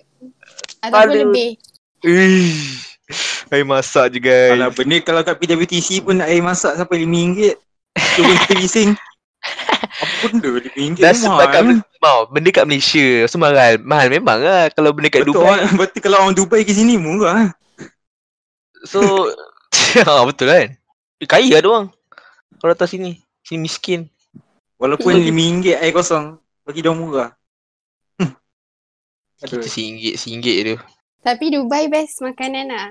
Ataupun
Pahala.
lebih.
Eh. Air masak je guys.
Kalau benda kalau kat PWTC pun nak air masak sampai RM5. Tu pun kita bising. Apa benda RM5
Dah
tu
sebab kat
mahal.
mau, benda kat Malaysia. So mahal. Mahal memang lah kalau benda kat
Betul,
Dubai.
orang, betul kalau orang Dubai ke sini murah.
So *laughs* ha, betul kan. Eh, Kaya ada orang. Kalau datang sini. Sini miskin.
Walaupun RM5 air kosong bagi dia orang murah. Hmm. Aduh.
Kita RM1, RM1 je.
Tapi Dubai best makanan lah.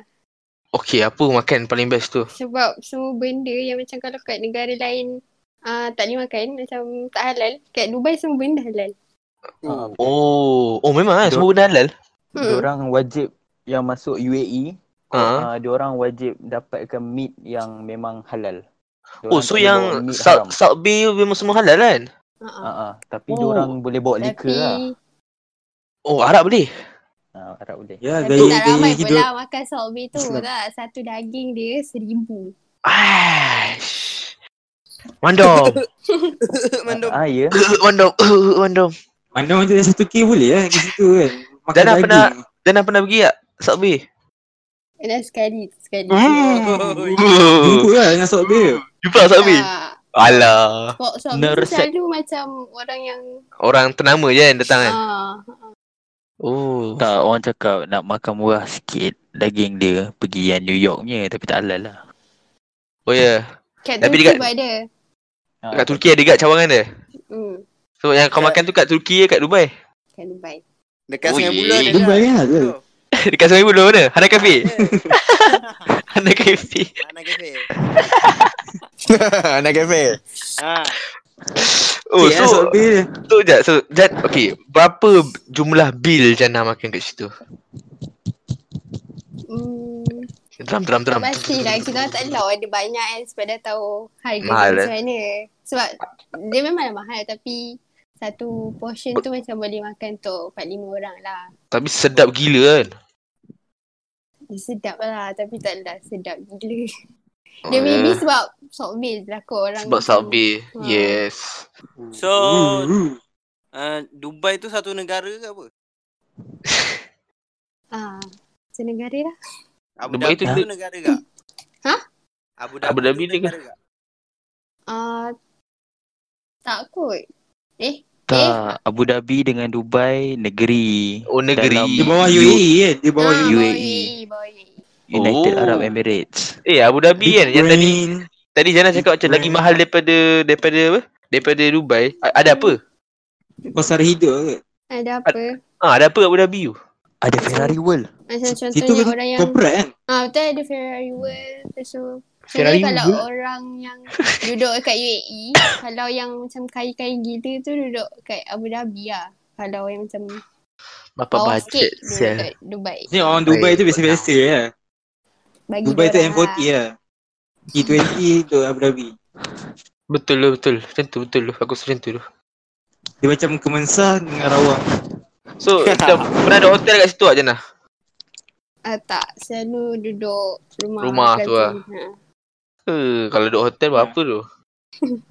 Okay, apa makan paling best tu?
Sebab semua benda yang macam kalau kat negara lain uh, tak boleh makan. Macam tak halal. Kat Dubai semua benda halal.
Ah,
Oh, oh memang kan semua benda halal.
Hmm.
Diorang wajib yang masuk UAE,
Ha.
uh, diorang wajib dapatkan meat yang memang halal.
Oh, so yang Sub, sub B memang semua halal kan?
Ha.
Ah, ah. tapi
Oh.
oh. orang boleh bawa liquor lah.
Tapi
Oh, Arab boleh?
Ah, Arab boleh.
Ya,
tapi tak
gaya gaya
ramai
hidup.
pula makan salmi tu
Islam.
lah. Satu daging dia seribu.
Aish. *laughs* Mandom.
Mandom.
Ah, ya.
*laughs* Mandom. Mandom.
Mana macam dah 1K boleh lah ke situ kan. Makan
Dan dah
daging.
pernah- Dan pernah pergi tak? Sub B?
Eh, dah sekali. Sekali. Hmm.
Hmm.
Jumpa
Oh, ya.
lah dengan sok dia.
Jumpa Sub B?
Ah,
Alah.
Sebab suami tu
Neresep.
selalu macam orang yang
Orang ternama je kan datang kan?
ah,
Oh.
Tak, orang cakap nak makan murah sikit daging dia pergi yang New York punya tapi tak halal lah.
Oh ya.
kat
Tapi
Turki
dekat-
pun ada.
Ah,
Kat Turki ada kat cawangan dia?
Hmm,
So yang kau
Kat-
makan tu kat Turki ke kat Dubai? *laughs*
kat Dubai.
Dekat ya.
Oh,
Sungai
ye.
Buloh
Dia bayar lah tu.
Dekat Sungai Buloh mana? Hana Cafe? *laughs* Hana Cafe.
Ya, Mana kafe?
*laughs* Nak kafe.
Ha.
Oh,
Sikit lah
so
sok dia.
So jat, so jat, okay, berapa jumlah bil Jana makan kat situ?
Hmm,
Drum, drum, drum.
tak pastilah. Kita orang tak tahu ada banyak kan sebab dah tahu harga
Mahal,
dia
eh?
macam mana. Sebab dia memang mahal tapi satu portion tu macam boleh makan untuk 4-5 orang lah.
Tapi sedap gila kan?
Dia sedap lah tapi tak adalah sedap gila. Dia maybe sebab sokbil lah kot orang.
Oh, ya. Eh, Sebab sabi.
Ha.
Yes.
So
Hmm.
uh, Dubai tu satu negara ke apa?
Ah, senegara lah.
Abu
Dubai
Dhabi
tu-
tu negara ke?
Ha?
Abu
Abu Dhabi
Dhabi tu
dia ke?
negara ke?
Ah, tak kot. Eh,
Tak, Abu Dhabi dengan Dubai negeri.
Oh, negeri.
Di bawah
U-
UAE kan? Di bawah E.
ah,
UAE.
bawah
E.
UAE.
bawah UAE.
United
Oh.
Arab Emirates.
Eh, Abu Dhabi kan? Yang tadi,
Bahrain.
tadi Jana cakap macam
Bahrain.
lagi mahal daripada, daripada apa? Daripada Dubai. A- ada apa?
Hmm.
Pasar hidup ke?
Ada apa?
Ah, ada apa Abu Dhabi tu?
Ada Ferrari World.
Macam
Situ
contohnya orang yang
corporate kan?
Ah betul ada Ferrari World Lepas tu Ferrari
Ferrari
kalau
World?
orang yang duduk kat
*coughs*
UAE E, Kalau yang macam kaya-kaya gila tu duduk kat Abu Dhabi lah Kalau yang macam
Bapak
bawah
bajet
Oh, sikit duduk
sial.
kat Dubai
Ni orang Dubai tu biasa-biasa lah.
Bagi
Dubai tu
dorang
M40 lah. T20 tu Abu Dhabi.
Betul lah, betul. Macam tu, betul lah. Aku macam tu tu.
Dia macam Kemensah dengan Rawang.
So,
*laughs*
macam pernah ada hotel kat situ tak Jana?
eh?
ah, Tak selalu duduk rumah
Rumah tu lah.
ha.
Eh, kalau duduk hotel berapa tu?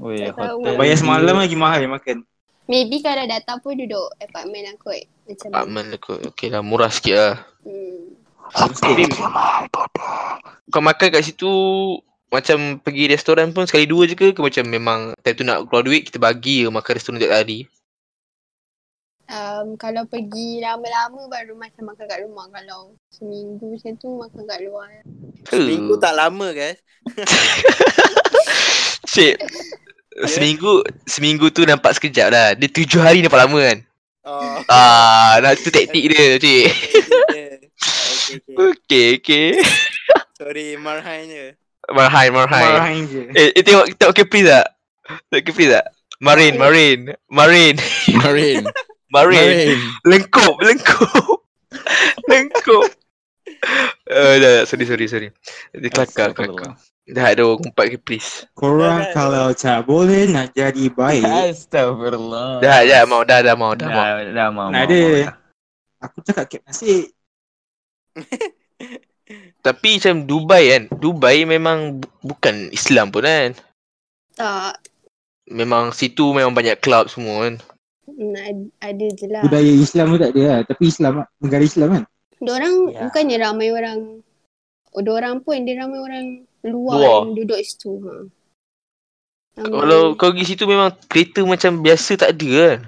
Oi,
Tak tahu.
hotel.
Bayar semalam lagi mahal makan.
Maybe kalau datang pun duduk apartment lah kot Macam
Apartment lah kot. Okay lah, murah sikit lah.
Hmm.
Tapi kau makan kat situ macam pergi restoran pun sekali dua je ke ke macam memang time tu nak keluar duit kita bagi je makan restoran tiap hari.
Um, kalau pergi lama-lama baru macam makan kat rumah Kalau seminggu macam tu makan kat luar
Hmm.
Seminggu tak lama guys.
Cik. Seminggu seminggu tu nampak sekejap lah. Dia tujuh hari nampak lama kan.
Oh. *laughs*
Ah, nak tu taktik dia cik.
Okay, okay, okay.
Okay, okay.
Sorry, marhain je.
Marhain, marhain.
Marhain je.
Eh, eh tengok kita okay please tak? Tak okay please tak? Marin, Marin, Marin,
Marin.
Marin.
Marin.
Lengkup, lengkup. lengkup. Uh, dah, dah, sorry, sorry, sorry. Dia kelakar, kelakar. Dah ada orang kumpat ke, please.
Korang kalau tak boleh nak jadi baik.
Astagfirullah.
Dah, dah, mau, dah, dah, mau, dah, mau.
Dah, dah mau.
Nak
mau,
ada.
mau.
Aku cakap kek nasi.
Tapi macam Dubai kan, Dubai memang bu- bukan Islam pun kan.
Tak
Memang situ memang banyak club semua kan.
Hmm, ad- ada je lah
Budaya Islam tu tak ada lah. Tapi Islam lah. Negara Islam kan?
Diorang
Ya.
yeah. bukannya ramai orang oh, Diorang pun dia ramai orang luar,
Luar.
yang duduk situ ha. Ramai.
Hmm. Kalau kau pergi situ memang kereta macam biasa tak ada kan.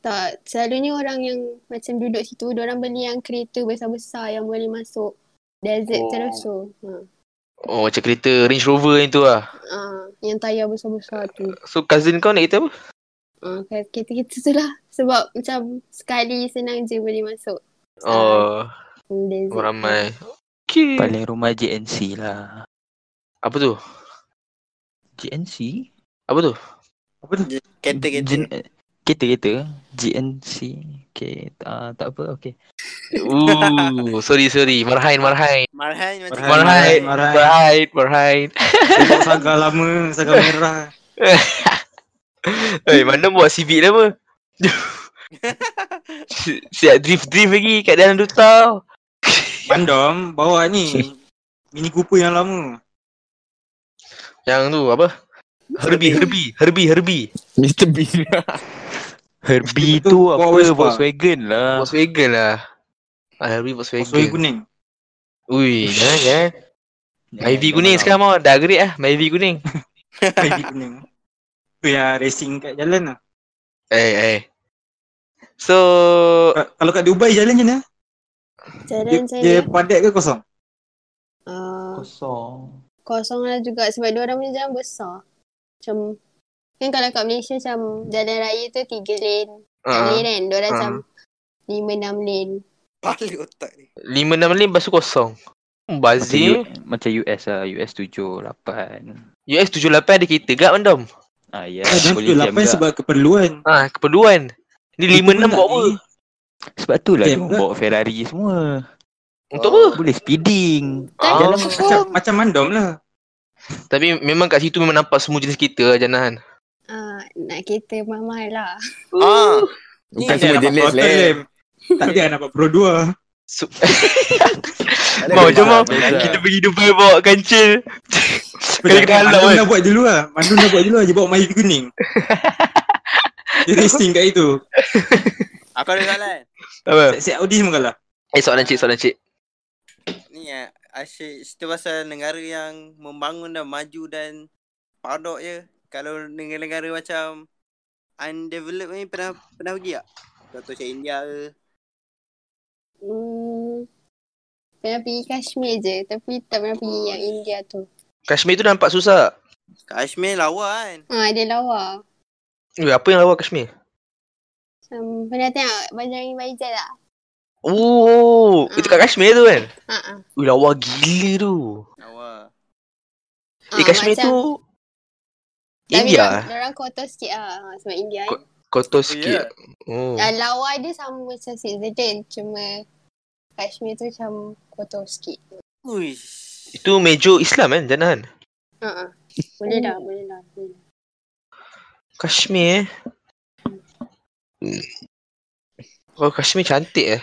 tak Selalunya orang yang macam duduk situ Diorang beli yang kereta besar-besar yang boleh masuk Desert oh.
Oh.
terus tu ha.
Oh macam kereta Range Rover yang tu lah.
Ah, Yang tayar besar-besar tu
So cousin kau naik kereta apa?
ha, Kereta-kereta tu lah Sebab macam sekali senang je boleh masuk Hmm,
Oh,
Desert
orang ramai. Okay.
Paling rumah JNC lah.
Apa tu?
JNC?
Apa tu?
Apa tu?
Kereta-kereta.
Jen- eh, Kereta-kereta. JNC. Okay, uh, tak apa, okay.
Ooh, *laughs* sorry sorry. Marhain Marhain.
Marhain macam
Marhain
Marhain, Marhain.
Marhain Marhain.
Tengok saga lama, saga merah.
Oi, Eh, mana buat civic dah apa? Si- *laughs* Siap drift-drift lagi kat dalam duta.
Bandam bawa ni. Mini Cooper yang lama.
Yang tu apa? Herbie, Herbie, Herbie, Herbie.
Mr. Bean.
Herbie
Itu
tu
Ford
apa
Vespa.
Volkswagen lah.
Volkswagen lah. Ah, Herbie
Pasoi
Volkswagen.
kuning.
Ui, jangan jangan. Ivy kuning sekarang mau dah grade ah, Ivy kuning.
Baby kuning. Tu yang racing kat jalan lah.
Eh eh. So,
Ka- Kalau kat Dubai jalan macam mana? Dia,
Jalan saya
dia padat ke kosong?
uh,
Kosong.
kosong lah juga sebab dia orang punya jalan besar. Macam kan kalau kat Malaysia macam jalan raya tu tiga lane. Empat
uh,
lane kan. Dia orang
Ah.
macam lima enam lane.
palu otak ni.
5 6 lane basuh kosong.
Macam,
Hmm, Bazir,
U, macam US lah, US 7, 8.
US 78 ada kereta gak mandom.
Ah, ya, yeah,
Eh, dan
boleh
tu
jam tak.
lapan
Sebab,
sebab keperluan.
Ah, keperluan. Ni 5 6 buat apa?
sebab tu lah dia
Jam ke?
bawa Ferrari semua.
Untuk apa?
Boleh speeding.
Tak
Jalan
ada
kosong.
Macam,
hukum.
macam mandom lah.
Tapi memang kat situ memang nampak semua jenis kereta lah janahan.
Ah, nak kereta mahal lah.
Ah.
Bukan
Kan
semua jenis leh.
*laughs* Tak ada nak buat Pro 2.
So, mau je mau. Kita pergi Dubai bawa kancil. Kena kena halal
Mandum
kan.
dah buat dulu lah. Mandum dah buat dulu lah. Dia bawa Maivi
*laughs*
kuning. dia racing kat itu.
Aku ada soalan.
Apa?
Set Audi semua kalah.
Eh soalan cik, soalan cik.
Ni ya, asyik cerita pasal negara yang membangun dan maju dan padok je. Kalau negara-negara macam undeveloped ni pernah pernah pergi tak? Contoh macam India ke.
Hmm, pernah pergi Kashmir je. Tapi tak pernah pergi yang India tu.
Kashmir tu nampak susah.
Kashmir lawa kan.
Ah, dia lawa.
Ui, Eh, apa yang lawa Kashmir?
Macam pernah tengok Banjarin Baijal tak?
Oh, itu kat Kashmir tu kan?
Ah, ah.
Ui, lawa gila tu.
Lawa.
Eh,
Ah,
Kashmir
macam-
tu
Tapi
India.
Dia orang kotor sikit lah sebab India.
Ko- Kotor
Oh,
sikit. Oh.
Uh, lawa dia sama macam Switzerland cuma Kashmir tu macam kotor sikit.
Uish.
Itu mejo Islam kan janahan.
Ha ah. Boleh dah, boleh dah. boleh dah.
Kashmir eh. Oh, Kashmir cantik eh.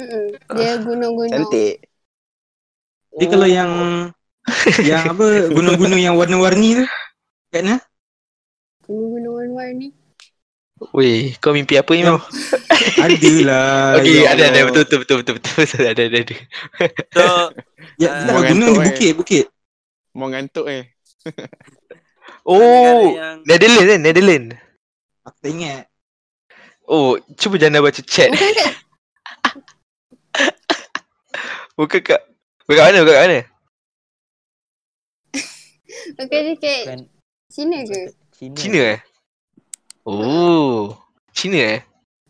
Mm-mm. Dia gunung-gunung.
Cantik.
Dia kalau yang yang apa gunung-gunung yang warna-warni tu kan, ha? kat mana?
Gunung-gunung warna-warni.
Weh, kau mimpi apa ni? Mau?
Ada
*laughs*
lah.
Okey,
Ya
ada ada
Allah.
betul betul betul betul *laughs* betul, betul ada ada ada.
So,
Ya,
Ah,
bukan
orang tu,
gunung ni
eh.
bukit, bukit.
Mau ngantuk eh.
negara
Oh,
yang
Netherlands kan, Netherlands.
Aku tak ingat.
Oh, cuba jangan baca chat.
Bukan kat
Bukan kat Bukan kat mana? Bukan kat mana?
bukan dekat
Bukan.
Cina ke?
Cina.
Cina eh? Oh. Cina eh?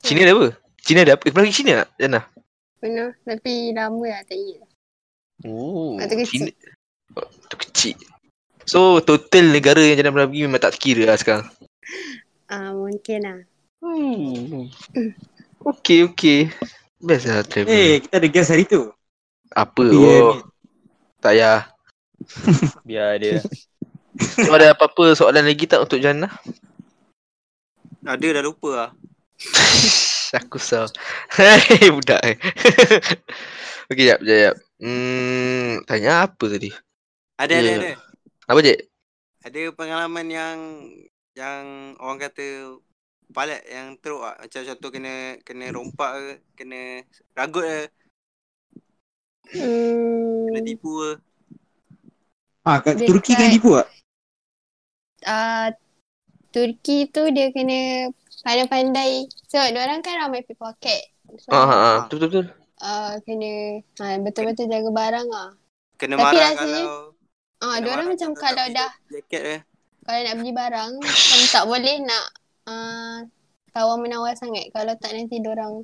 Cina ada apa? Cina ada apa? Eh, Pernah pergi Cina tak? Jana?
Pernah tapi lama lah tak ingat.
Oh.
Ah, tu kecil.
Cina. Oh, tu kecil. So, total negara yang Jana pernah pergi memang tak terkira lah sekarang.
Ah mungkin lah.
Hmm. Okay, okay. Best lah
Eh,
travel.
kita ada guest hari tu.
apa?
Dia
oh,
ni.
tak payah.
Biar dia.
*laughs* Kau ada apa-apa soalan lagi tak untuk Jana?
ada dah lupa lah.
*laughs* Aku sah. Hei, budak eh. *laughs* Okey, jap, jap, jap. Hmm, tanya apa tadi?
Ada ada
Ya.
ada.
Apa, Cik?
Ada pengalaman yang yang orang kata palat yang teruk ah. Macam contoh kena kena rompak ke, kena ragut ke, kena
Hmm.
tipu ke.
Ha, kat
Dekat-
Turki kena tipu tak?
Ah Turki tu dia kena pandai-pandai. So, orang kan ramai pickpocket. So,
Ah, ah, ah. Betul, betul, betul.
uh, kena ha, betul-betul jaga barang ah.
Kena
Tapi
marah
rasanya-
kalau
Ah,
Kena
dia orang
marah
macam
kalau tak
kalau
beli
dah
jaket eh. ke.
kalau nak beli barang macam tak boleh nak uh, tawar menawar sangat kalau tak nanti dia orang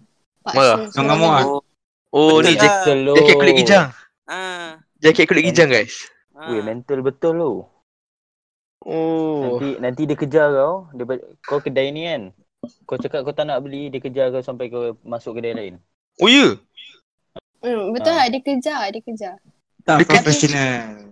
Marah.
paksa. suruh
Ngamuk-ngamuk ah.
beli.
Oh, ni
Betul
ja-
lah.
Betul lo.
jaket kulit kijang.
Ah.
Jaket kulit kijang, guys.
ah.
Weh, mental betul lo.
Oh.
Oh.
Nanti nanti dia kejar kau. Dia, ba- kau kedai ni kan. Kau cakap kau tak nak beli, dia kejar kau sampai kau masuk kedai lain.
Oh ya.
Hmm, betul lah,
Ah.
dia kejar, dia kejar.
Tak
Dekat-
profesional.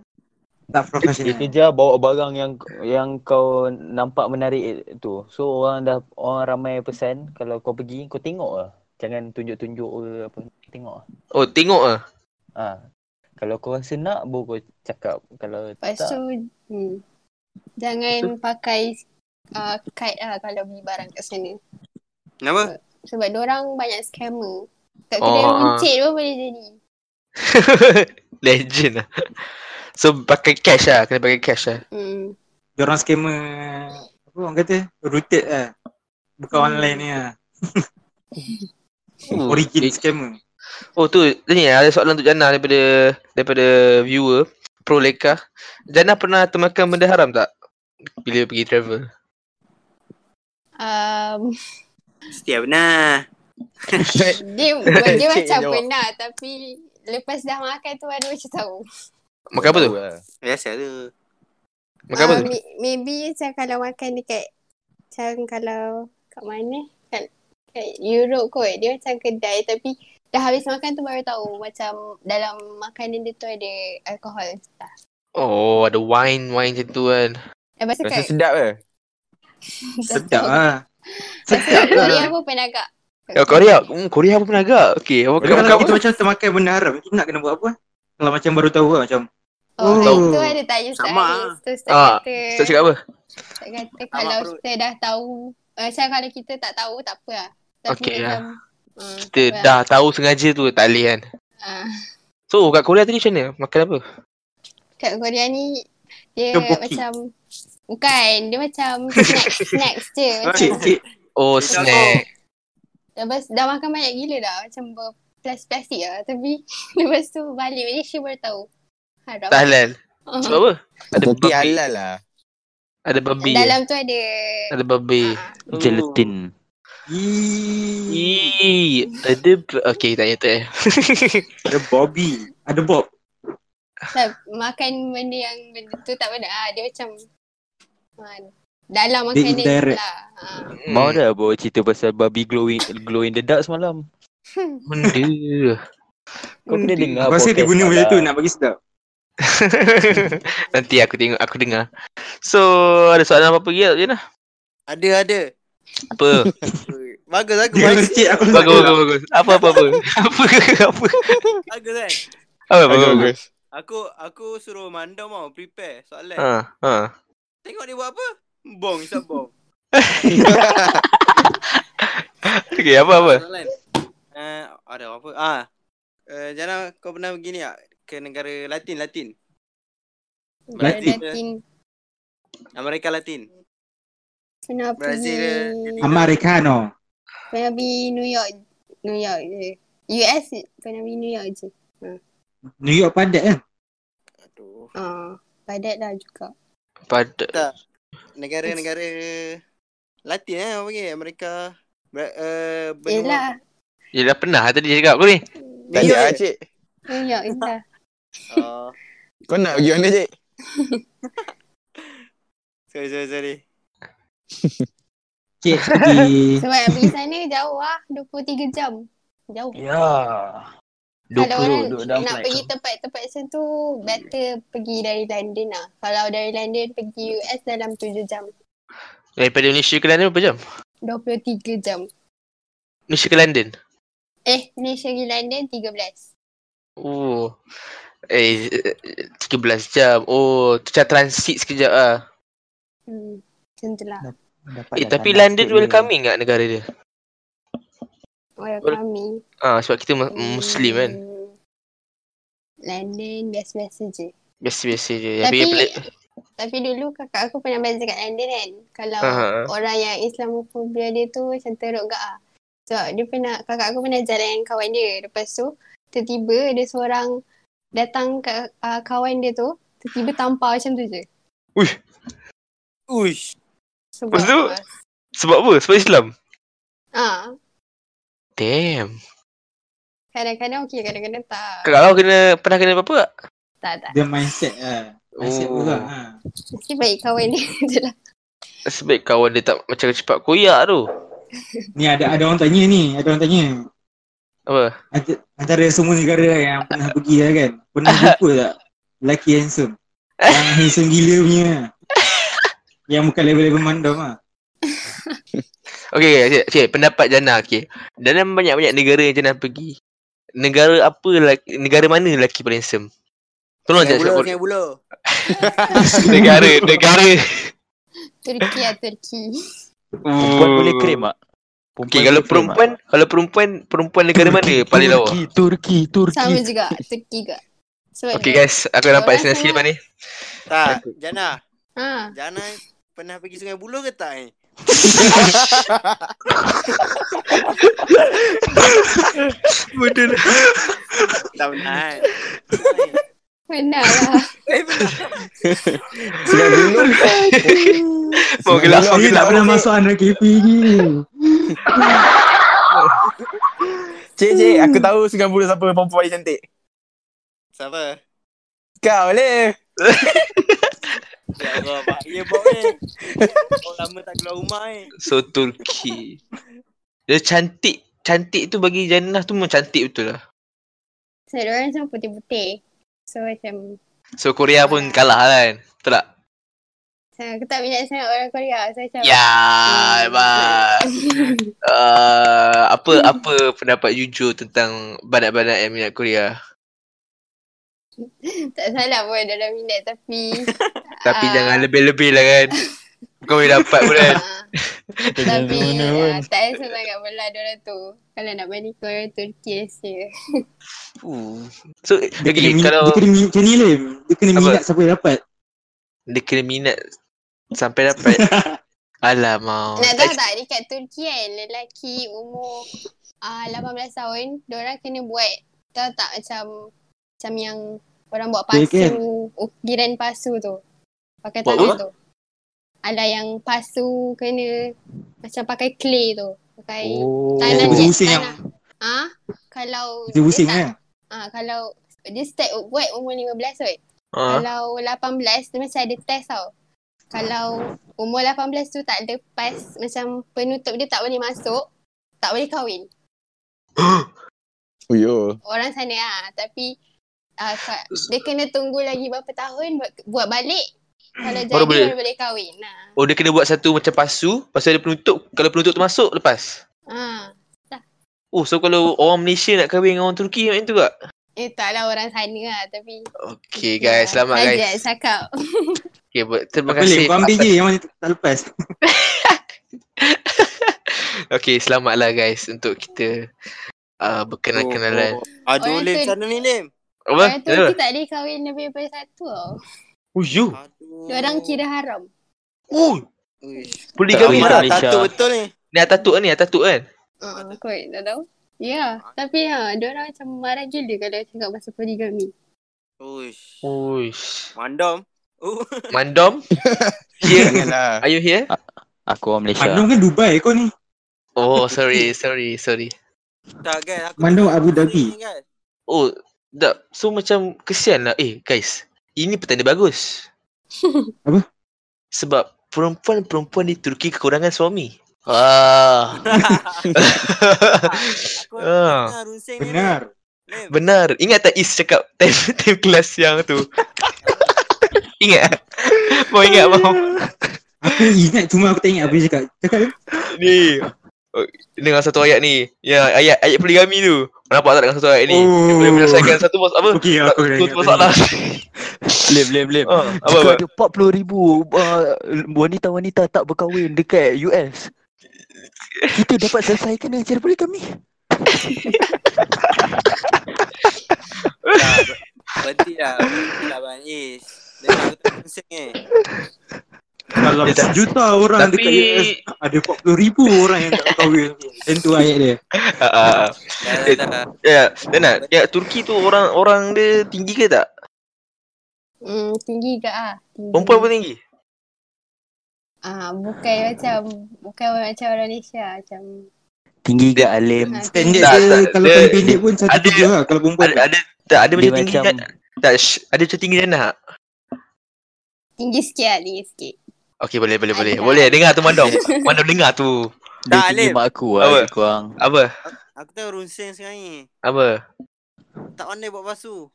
Tak
Dia
profesional.
kejar bawa barang yang yang kau nampak menarik tu. So orang dah orang ramai pesan, kalau kau pergi kau tengok lah. Jangan tunjuk-tunjuk ke apa, tengok lah.
Oh tengok ah. *laughs*
Ha. Kalau kau rasa nak baru kau cakap. Kalau
Lepas
tak
tu, hmm, jangan pakai uh, kad lah kalau beli barang kat sana.
Kenapa?
Sebab orang banyak scammer. Tak
Oh,
kira
ah.
oh, runcit pun boleh jadi.
Legend lah. So pakai cash lah, kena pakai cash lah.
Hmm.
Diorang scammer apa orang kata rooted lah. Bukan
Hmm.
online ni lah.
Oh,
Origin
eh,
scammer.
Oh tu, ni ada soalan untuk Jana daripada daripada viewer Pro Leka. Jana pernah termakan benda haram tak? Bila pergi travel.
Um,
Setiap nah.
*laughs* dia, dia
Cik
macam
jawab.
pernah tapi lepas dah makan tu baru macam tahu.
Makan apa tu?
Tahu lah.
Biasa tu.
Makan apa
Ah,
tu?
may- Maybe macam kalau makan dekat macam kalau kat mana kat, kat Europe kot dia macam kedai tapi dah habis makan tu baru tahu macam dalam makanan dia tu ada alkohol. Dah.
Oh, ada wine wine macam tu kan.
Lepas tu
Rasa
kat
sedap ke?
Sedap lah.
Sedap lah. Korea pun pernah agak.
Ya Korea, hmm, Korea pun pernah agak. Okey, apa
Tapi
kau
kalau
kau
kita macam termakan benda haram, kita nak kena buat apa? Kalau macam baru tahu lah macam
Oh,
Oh.
itu ada tanya Ustaz
Sama
Haris. Tu Ustaz
Ah,
kata,
tak cakap apa?
Ustaz kata
Sama
kalau
perut.
kita dah tahu, eh, macam kalau kita tak tahu tak apa lah. Tapi
Okey lah.
macam, ah,
Kita
tak apa
dah tahu sengaja tu tak boleh kan.
lah. Ah,
So kat Korea tadi macam mana? Makan apa?
kat Korea ni, dia
Tteokbokki.
macam, bukan, dia macam snacks, snacks je. Macam,
cik cik
Oh,
Dia tahu.
snack.
lepas dah makan banyak gila dah, macam berplastik-plastik lah. Tapi *laughs* lepas tu balik Malaysia baru tahu. Harap.
Tak halal.
Ah.
Sebab apa? Ada
Kopi
babi.
halal lah.
Ada babi. eh?
Dalam tu ada,
Ada babi.
ah,
gelatin.
Ih,
Ih, ada b- okey tak payah eh. tak payah.
ada Bobby, ada Bob.
ah. tak, makan benda yang benda tu tak benda. Ah, dia macam, ah, dalam
Dia
makanan tu
indirect.
lah. Ah.
Hmm.
Mau dah bawa cerita pasal babi glowing glow in the dark semalam.
Benda.
Kau kena dengar
Aku rasa
podcast
dia
lah.
guna benda
semalam.
tu nak bagi sedap.
*laughs* Nanti aku tengok aku dengar. So, ada soalan apa-apa lagi tak Jana?
Ada ada.
*laughs* Apa?
Bagus aku
Dia
bagus.
cik aku
Bagus bagus bagus. Apa apa *laughs* apa? Apa apa?
Bagus kan.
Apa apa?
Bagus,
apa?
bagus.
Aku aku suruh mandam mau prepare soalan.
Ah.
Ha ha.
Tengok dia buat apa? Bong, isap
*laughs*
bong.
Okey, apa apa?
Soalan. Uh, ada apa? Ah. Uh, Jana, kau pernah pergi ni tak? Ke negara Latin, Latin. Brazil.
Latin.
Amerika Latin.
Pernah pergi
Brazil dia-
Americano.
Pernah pergi New York New York je US Pernah pergi New York je
New York padat kan?
Aduh.
Ah, Badat dah juga
Pada
Tak. Negara-negara Latin eh, apa panggil? Amerika Bra- uh,
Yelah
Ya dah pernah tadi dia cakap aku ni.
Tak ada lah cik.
New York je lah
*laughs* Oh,
Kau nak pergi mana cik?
sorry, sorry, sorry.
Cik
*laughs*
pergi
Sebab nak pergi sana jauh lah 23 jam Jauh
Ya.
Kalau orang
20 duduk dalam
nak
flight
pergi
tu.
tempat-tempat macam tu Better pergi dari London lah Kalau dari London pergi US dalam 7 jam
Daripada Malaysia ke London berapa jam?
23 jam
Malaysia ke London.
Eh Malaysia pergi London 13
Oh. Eh 13 jam. Oh, tu macam transit sekejap ah.
hmm, Macam tu lah
Dapat
Eh
dah
tapi
tanah
London
sikit ni.
welcoming kat negara dia.
Orang
Boleh.
kami
Ah sebab kita
Mm,
mu- muslim kan.
Hmm. London biasa-biasa je.
Biasa-biasa je.
Tapi
Tapi
tapi dulu kakak aku pernah belajar kat London kan. Kalau
Ha.
Aha.
orang yang Islamophobia dia tu macam teruk gak ah. Sebab dia pernah kakak aku pernah jalan dengan kawan dia. Lepas tu tiba-tiba ada seorang datang kat uh, kawan dia tu tiba-tiba tampar macam tu je.
Uish.
Uish.
Sebab
Lepas tu? sebab apa? Sebab Islam.
ah,
Damn.
kadang-kadang okey, kadang-kadang tak.
Kakak kau kena pernah kena apa-apa tak?
Tak tak.
dia mindset lah. Mindset
Oh.
orang ha.
Mesti baik kawan dia *laughs* je lah.
Sebab kawan dia tak macam cepat koyak tu.
Ni ada ada orang tanya ni, ada orang tanya.
Apa?
Ant- Antara semua negara yang pernah *laughs* pergi lah kan. Pernah jumpa tak lelaki handsome? Yang
*laughs*
handsome gila punya. yang bukan level-level mandam lah.
Okay, okay, okay, pendapat Jana. Okay. Dalam banyak-banyak negara yang Jana pergi, negara apa lelaki, negara mana lelaki paling handsome? Tolong
Sungai
jangan
Buloh,
sebut
Sungai Buloh.
negara, negara.
Turki lah Turki.
Perempuan boleh claim tak?
Hmm. Okay, kalau perempuan, kalau perempuan, perempuan negara mana paling lawa?
Turki, Turki, Turki.
Sama juga Turki juga. Sebab
Okay guys, aku
Orang
nampak destinasi
sangat-
depan ni.
Tak, Jana.
Ha.
Jana pernah pergi Sungai Buloh ke tak ni?
Bodoh lah.
Tak pernah kan?
Benar lah.
Eh, pernah.
Sungai
*laughs*
Buloh.
Mau gelap, mau
Saya
gelap.
tak pernah masuk under KP ni.
Cik, cik,
Hmm.
aku tahu Sungai Buloh siapa perempuan paling cantik.
Siapa?
Kau leh.
Ya Allah, Pak. Ya, Bob ni. Kau lama tak keluar rumah ni.
So Turki. Dia cantik, cantik tu bagi Jannah tu memang cantik betul lah.
Sebab dia orang semua putih-putih. So macam
So Korea pun kalah kan. Betul tak?
saya aku tak minat sangat orang Korea. So macam
Ya, hebat. Uh, apa apa pendapat jujur tentang badak-badak yang minat Korea?
tak salah pun dalam minat tapi
*laughs* Tapi
Ah.
jangan lebih-lebih lah
*laughs*
kan. Kau boleh dapat pun kan.
ha. Tapi ya, tak pun. senang kat bola diorang tu. Kalau nak banding Korea Turki Asia.
Ooh. So,
Dia kena
okay,
minat,
kalau
dia kena minat macam ni Lim. Dia kena
Apa?
minat siapa yang dapat.
dia kena minat sampai *laughs* dapat. Alamak.
Nak tahu tak dekat Turki kan lelaki umur uh, 18 tahun diorang kena buat tahu tak macam macam yang orang buat
Dia kan?
pasu ukiran pasu tu. Pakai
Buat
tangan tu. Ada yang pasu kena macam pakai clay tu. Pakai
Oh.
tanah
Dia
je
pusing
tanah. Ah, kalau
Dia pusing
tak-
kan?
Ah, kalau dia start buat umur 15 kot.
Ha?
Kalau 18 dia macam ada test tau. Kalau umur 18 tu tak ada pass macam penutup dia tak boleh masuk, tak boleh kahwin.
Uyo.
Orang sana lah. Tapi uh, dia kena tunggu lagi berapa tahun buat, buat balik. Kalau jadi
Baru
baru
boleh.
boleh, kahwin. ha. Nah.
Oh, dia kena buat satu macam pasu. Lepas tu ada penutup. Kalau penutup tu masuk, lepas.
Ah.
Oh, so kalau orang Malaysia nak kahwin dengan orang Turki macam tu tak?
Eh taklah orang sana lah tapi
Okay
Ya,
guys, selamat
Saja
guys.
nak cakap
Okay, ber- terima
Boleh,
kasih.
kau ambil
atas-
je yang mana tak lepas.
Okay, selamatlah guys untuk kita uh, berkenalan-kenalan.
Oh, oh. Aduh,
Orang
Lim.
tu-
Macam mana ni, Lim?
Apa? Ya?
Orang tu
Kenapa?
tak boleh kahwin lebih daripada satu tau
Oh, you.
Aduh.
Diorang kira haram
Oh,
Uish.
boleh
Tak
kahwin
boleh.
tak?
Wah, tattoo betul ni.
Ni atatuk ni, atatuk kan?
Ah, uh, kot, tak tahu. Ya, yeah, tapi ha, diorang macam marah gila kalau cakap pasal poligami.
Uish.
Uish.
Mandom. Oh,
*laughs*
Mandom? Here?
*laughs* Janganlah.
Are you here?
Ah.
Aku orang Malaysia.
Mandom kan Dubai kau ni.
Oh, sorry, sorry, sorry.
tak guys. Aku
Mandom Abu Dhabi.
Ni, guys.
Oh, tak. So macam kesian lah. Eh, guys. Ini pertanda bagus.
*laughs* Apa?
Sebab perempuan-perempuan di Turki kekurangan suami. Ah.
Aku
Ah.
nak runsing ni,
Benar.
Lim. Lim.
Benar. Ingat tak Is cakap *laughs* time, time kelas siang
*laughs*
tu? ingat? Mau ingat
*laughs*
mau?
Aku ingat cuma aku tak ingat apa dia cakap. Cakap kan? dia,
Ni. Oh, Dengan satu ayat ni. Ya, ayat ayat poligami tu. Nampak tak dengan satu ayat ni? Dia boleh
Oh.
menyelesaikan satu mas apa?
okey aku kena
Satu
ingat.
masalah.
Lem, lem, lem.
Ah, apa
Jika
apa?
ada 40 ribu uh, wanita-wanita tak berkahwin dekat US Kita dapat selesaikan dengan cara poligami
Dah, ber- Berhenti lah. Berhenti lah, Abang Is. Lim, aku tak runsing ni.
Dalam
Dia tak-
juta orang
Tapi
dekat US ada 40 ribu orang yang tak kahwin. Macam tu ayat dia.
Ah, ah, ah.
Dah, dah, dah.
Ya, dan nak, ya Turki tu orang orang dia tinggi ke tak?
Hmm, tinggi ke ah. Tinggi.
Perempuan pun tinggi.
Ah, bukan macam bukan macam orang Malaysia macam.
Tinggi ke Alim
ah,
Pendek
Tak,
dia
tak,
kalau
dia-
paling pendek pun satu
ada-
tiga lah kalau perempuan.
Ada ada tak ada
Dia
macam tinggi
macam
macam... tak sh- ada macam tinggi dan nak.
tinggi sikit lah, tinggi sikit.
Okey boleh boleh boleh.
Ada.
Boleh dengar tu mandom. mandom dengar tu.
Dia
Tak,
tinggi
Alif.
mak aku
Apa?
lah lebih kurang.
Apa?
Aku tahu runsing sekarang ni.
Apa?
Tak pandai buat basuh.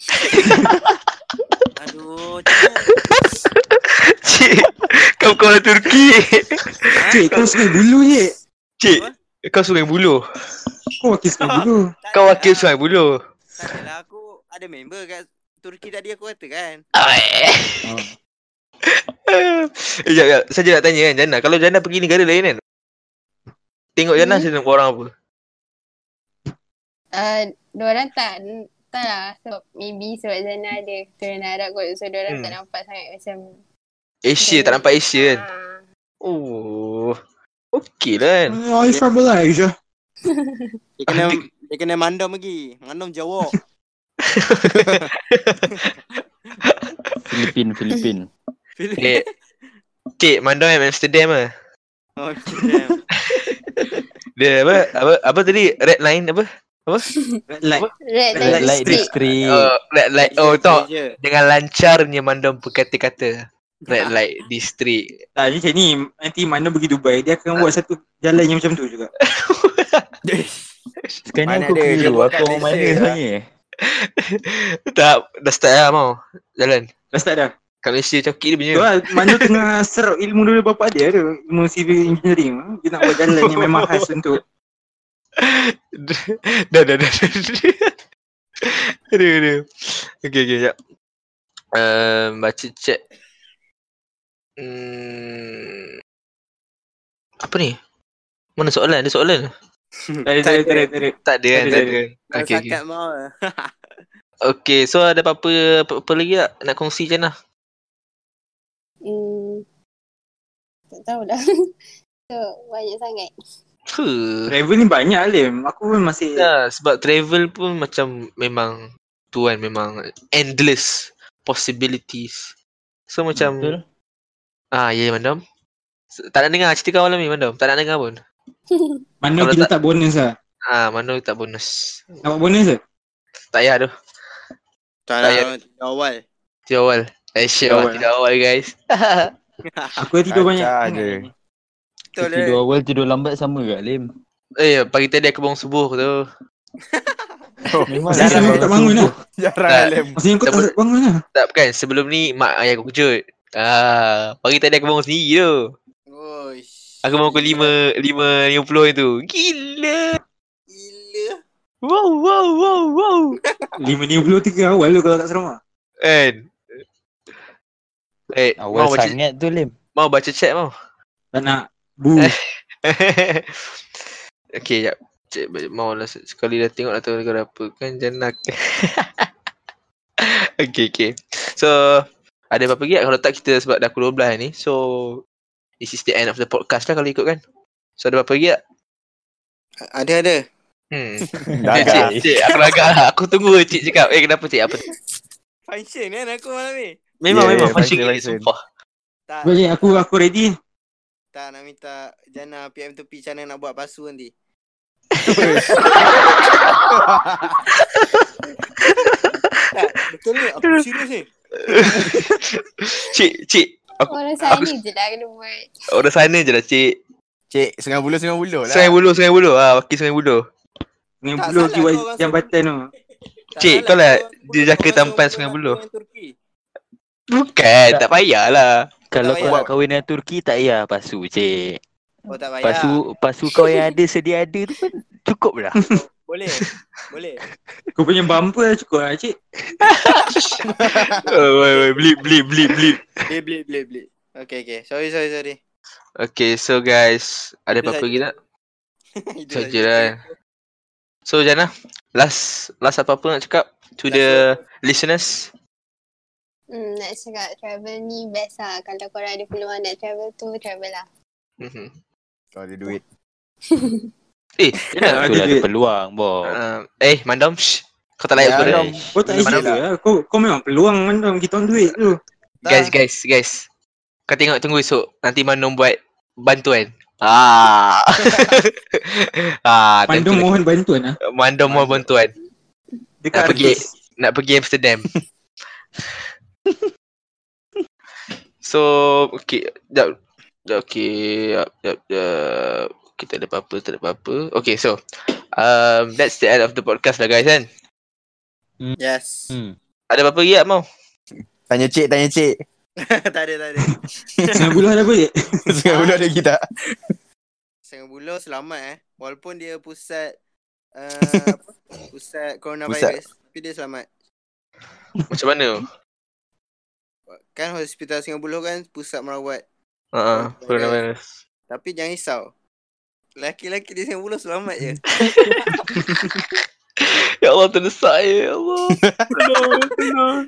*laughs* Aduh, macam mana?
Cik, kau kawan Turki.
Cik, kau sungai bulu je.
Cik, kau sungai buluh.
Kau wakil sungai
Ah.
bulu.
Tak
Kau
ada
wakil
lah.
sungai buluh.
Tak ada lah, aku ada member kat Turki tadi aku kata kan.
Eh, Sekejap, sekejap. Saya nak tanya kan Jana. Kalau Jana pergi negara lain kan? Tengok Jana
Hmm.
macam hmm. orang apa?
Uh, diorang tak tak lah sebab maybe sebab Zana ada keturunan Arab kot so diorang hmm.
Hmm.
tak nampak sangat macam
Asia, tak nampak Asia kan?
ah.
Oh. Okey lah kan?
Oh, it's from Malaysia.
Dia kena dia kena mandam lagi. Mandam Jawa.
*laughs*
Filipin, Filipin.
Pilih.
Eh, Cik, mandang kan Amsterdam lah.
Okay, damn.
Dia apa, apa, apa tadi? Red line apa?
Red light.
red
Red
light
Light, light
street
district.
Oh, red light. Oh, tak.
Malaysia.
Dengan lancarnya mandang berkata-kata. Red light district.
Tak, dia macam ni. Nanti mana pergi Dubai, dia akan buat satu jalan yang macam tu juga.
Sekarang
Mana
aku
ada, dia
keliru.
buat
Aku
kat
orang
Malaysia
mana
lah.
sebenarnya?
tak, dah start lah mau. Jalan.
Dah start
Eh.
dah.
Kat Malaysia coki dia punya.
Tu lah, mana tengah serap ilmu dulu bapak dia tu. Ilmu civil engineering. Dia nak buat jalan yang memang khas untuk
*laughs*
*laughs* dah dah dah. dah. *laughs* aduh aduh. Okey okey jap. Um, baca chat. Hmm. Apa ni? Mana soalan? Ada soalan?
Tak ada, tak ada, tak ada, tak
Tak
ada.
ada kan?
Tak ada,
Tak ada.
tak
Dah
Okey okey.
sakat mau.
Okey, so ada apa-apa apa, apa lagi tak nak kongsi je lah.
hmm. tak tahu dah *laughs* so banyak sangat
Huh.
Travel ni banyak Alim. Aku pun masih
Ya, sebab travel pun macam memang tu kan memang endless possibilities. So macam
Betul.
Ah, ya yeah, Mandam. S- Tak nak dengar cerita kau malam ni Mandam. Tak nak dengar pun.
Mana
Kalau
kita
tak-
tak bonus lah.
Ah, Mandam tak bonus.
Nak buat bonus ke?
Tak payah tu.
Tak
Tak
nak awal.
Tidur awal. Eh, shit lah.
Awal,
Tidur awal guys.
Aku dah tidur
Kacau
banyak.
je.
Betul
Tidur
eh.
awal, tidur lambat sama ke Lim?
Eh, pagi tadi aku bangun subuh tu.
Memang
Masih
Oh, Jarang
aku tak bangun lah.
Jarang
Tak.
Alim.
Masih aku
Tak
tak bangun lah.
Tak kan, sebelum ni mak ayah aku kejut. Ah, pagi tadi aku bangun sendiri tu.
Oish.
Aku bangun pukul
Gila.
5, 5, 50 itu. Gila.
Gila.
Wow, wow, wow, wow.
Lima ni puluh tiga awal tu kalau kat Sarawak.
Kan? Eh,
Awal
mau baca,
sangat tu Lim.
mau baca chat mau. *laughs*
Tak nak. Bu.
Eh. okay, jap. Cik, ba- mau lah se- sekali dah tengok lah tahu negara apa kan jenak. *laughs* okay, okay. So, ada apa-apa lagi tak? Kalau tak kita sebab dah pukul 12 ni. So, this is the end of the podcast lah kalau ikut kan. So, ada apa-apa lagi tak?
Ada ada.
Hmm.
Dah
Cik,
agak.
cik, cik, aku agak lah. Aku tunggu cik cakap. Eh, kenapa cik? Apa? tu?
Function kan aku malam ni.
Memang,
Yeah,
memang. Function
yeah, function,
gila,
function. *laughs*
sumpah.
Tak
Boleh aku aku ready.
tak nak minta Jana PM2P macam mana nak buat pasu nanti. tak, betul ni.
*laughs*
Aku serius ni.
Cik, cik. Aku,
orang
aku,
sana je lah kena buat
orang sana je lah cik.
Cik, sengang buluh, sengang buluh lah.
Sungai Buloh, Sungai Buloh. Ah, wakil Sungai Buloh.
Dengan
Tak
puluh
salah
jiwa
kau orang
jambatan tu.
Tak
Cik,
salah
kau lah
orang
dia
Turki-
jaka
orang
tampan
Turki-
Sungai
orang
Buloh.
Turki.
Bukan, tak payahlah.
Kalau
Tak
kau
payah.
nak kahwin dengan Turki tak payah pasu cik.
Oh tak payah.
Pasu pasu kau yang ada sedia ada tu pun cukup lah. dah.
Oh,
*laughs*
Boleh. Boleh.
Kau punya bumper dah cukup lah cik.
Oh, wait, wait, blip, blip, blip, blip.
Boleh, boleh, boleh, boleh. Okay, okay. Sorry, sorry, sorry. *laughs*
Okay, so guys, ada
Itu
apa-apa
saja.
lagi tak?
Itu
Saja
saja.
lah. So, Jana, last last apa-apa nak cakap to
Last
the listeners?
hmm, nak cakap travel ni best lah kalau korang ada peluang nak travel tu travel lah
Mhm.
Kau ada duit.
Eh,
*laughs*
Jana.
Ada
Itulah ada
duit.
peluang boh.
uh, eh, Mandam, shh. kau tak layak
Ya,
aku dah.
Mandam.
Kau tak
Mana
isi
pula?
lah. Kau, kau memang peluang mana kita orang duit tu.
Guys, guys, guys. Kau tengok tunggu esok. Nanti Mandam buat bantuan. Ah. *laughs* ah, Mandam
Pandu mohon bantuan lah.
Mandam mau bantuan. Nak
Dekat
pergi.
Artis.
nak pergi Amsterdam. *laughs* so, okay. Sekejap. Okay, jap, jap, jap. Okay, tak ada apa-apa, tak ada apa-apa. Okay, so um, that's the end of the podcast lah guys kan?
Yes.
Hmm.
Ada apa-apa lagi tak mau?
Tanya cik, tanya cik.
*laughs*
*laughs*
tak ada, tak ada.
Sembilan bulan ada apa je?
Sekarang bulan lagi tak?
Sungai Buloh selamat eh. Walaupun dia *laughs* pusat uh, apa? pusat coronavirus. Tapi dia selamat.
Macam mana?
Kan hospital Sungai Buloh kan pusat merawat.
Ha *laughs* ah, coronavirus.
Tapi jangan risau. Laki-laki di Sungai Buloh selamat je.
Ya Allah, terdesak ya. Ya Allah. Tolong, tolong.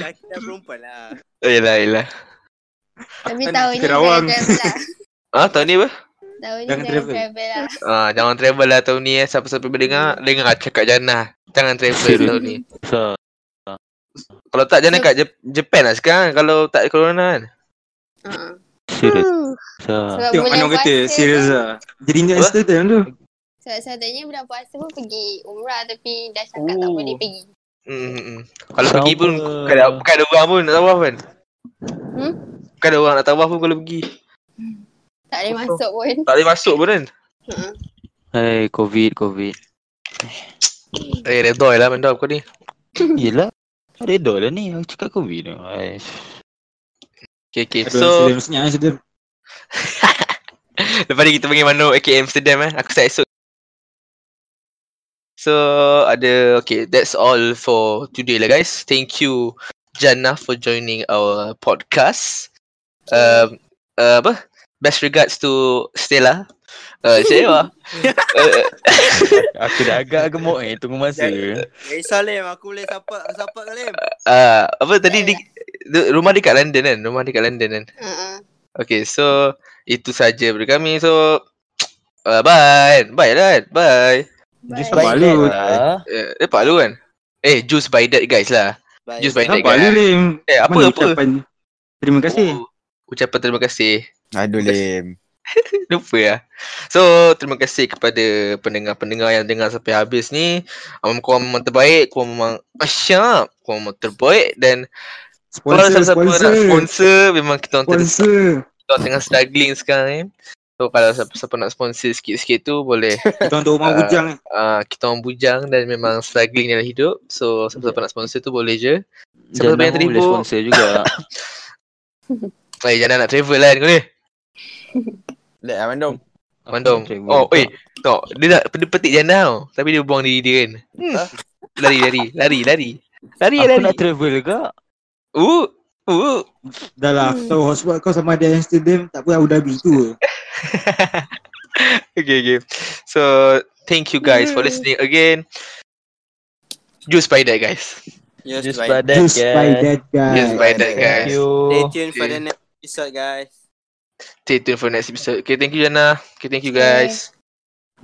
Laki dan perempuan lah.
Eh, Yelah, yelah.
Tapi
Kan
tahun ni
Kerawang.
jangan travel
*laughs*
lah.
Ah, tahun ni apa?
Tahun ni
Jangan
jangan
travel.
travel lah.
Ah, jangan travel lah tahun ni eh. Siapa-siapa dengar, dengar lah cakap Jana. Jangan travel tahun ni.
So,
Kalau tak Jana kat Jep- Japan lah sekarang kalau tak ada corona kan.
Uh-huh.
serius. So,
Sebab
Tengok mana orang kata, serius lah. Jadi ni
Apa?
Esther time tu.
Sebab sebenarnya bulan puasa pun pergi umrah tapi dah cakap tak
Oh.
boleh pergi.
Hmm, hmm, hmm. Kalau
Sama.
pergi pun bukan ada, bukan ada orang pun nak tawaf kan.
Hmm?
Bukan ada orang nak tawaf pun kalau pergi.
Tak boleh
Betul.
masuk pun.
Tak boleh masuk pun kan.
Uh-huh.
hey, COVID, COVID.
Eh, redoi lah benda kau ni.
Yelah. Redor lah ni, aku cakap COVID tu. Ais.
Okay, okay.
Aduh,
So,
Amsterdam senyap eh, Amsterdam.
Lepas ni kita pergi mana aka Amsterdam eh. Aku saya esok. So ada okay that's all for today lah guys. Thank you Jannah for joining our podcast. Um uh, apa? Best regards to Stella. Uh, Stella. uh,
Aku dah agak gemuk eh, tunggu masa.
Jangan risau Lim. Aku boleh support. Aku support kau Lim.
uh, apa tadi di, du- rumah dia kat London kan? Rumah dia kat London kan?
Uh-huh.
Okay so itu saja dari kami. So uh, bye. Bye lah. Bye.
Bye.
Bye.
Balik
Balik.
lah.
Eh, eh Pak Lu kan? Eh, Juice by Dad guys lah.
Bye.
Juice by Dad
Nampak lu,
guys.
Lim.
Eh, apa,
Mana
apa?
ucapan Terima kasih.
Oh, ucapan terima kasih. *laughs*
Aduh Lim.
Lupa lah. So, terima kasih kepada pendengar-pendengar yang dengar sampai habis ni. Um, korang memang terbaik. Korang memang asyap. Korang memang terbaik. Dan kalau
Sponsor,
siapa-siapa
sponsor.
nak sponsor, memang kita orang terdesak.
Sponsor.
Kita orang tengah struggling sekarang ni. So, kalau siapa-siapa nak sponsor sikit-sikit tu,
*laughs*
boleh
Kita orang tu
*laughs*
rumah
Ah.
bujang. eh.
uh, kita orang bujang dan memang struggling dalam hidup. So, siapa-siapa nak sponsor tu boleh je. Siapa yang
Jangan boleh
terhibur?
sponsor juga.
Eh, jangan nak travel lah kau ni.
Lek lah Bandung.
Mandom.
Travel
Oh,
juga.
eh. Tak, dia nak dia petik janda tau. Tapi dia buang diri dia kan. Hmm. Lari, lari, lari, lari. Lari,
Aku
lari.
nak travel juga.
Uh, uh.
Dah lah, aku
Hmm.
tahu hotspot kau sama ada Amsterdam, tak pun Abu Dhabi tu.
Okay, okay. So, thank you guys for listening again. Juice by that, guys.
Yes,
Just
bye.
by that,
Just by
guys.
that guy.
Juice by that, guys.
Thank you.
Stay tuned for
Okay.
the next episode guys.
Stay tuned for next episode. Okay, thank you, Jana. Okay, thank you, guys.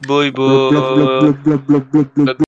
Bye,
Blub, blub, blub,
bye.
blub, blub, blub, blub, blub.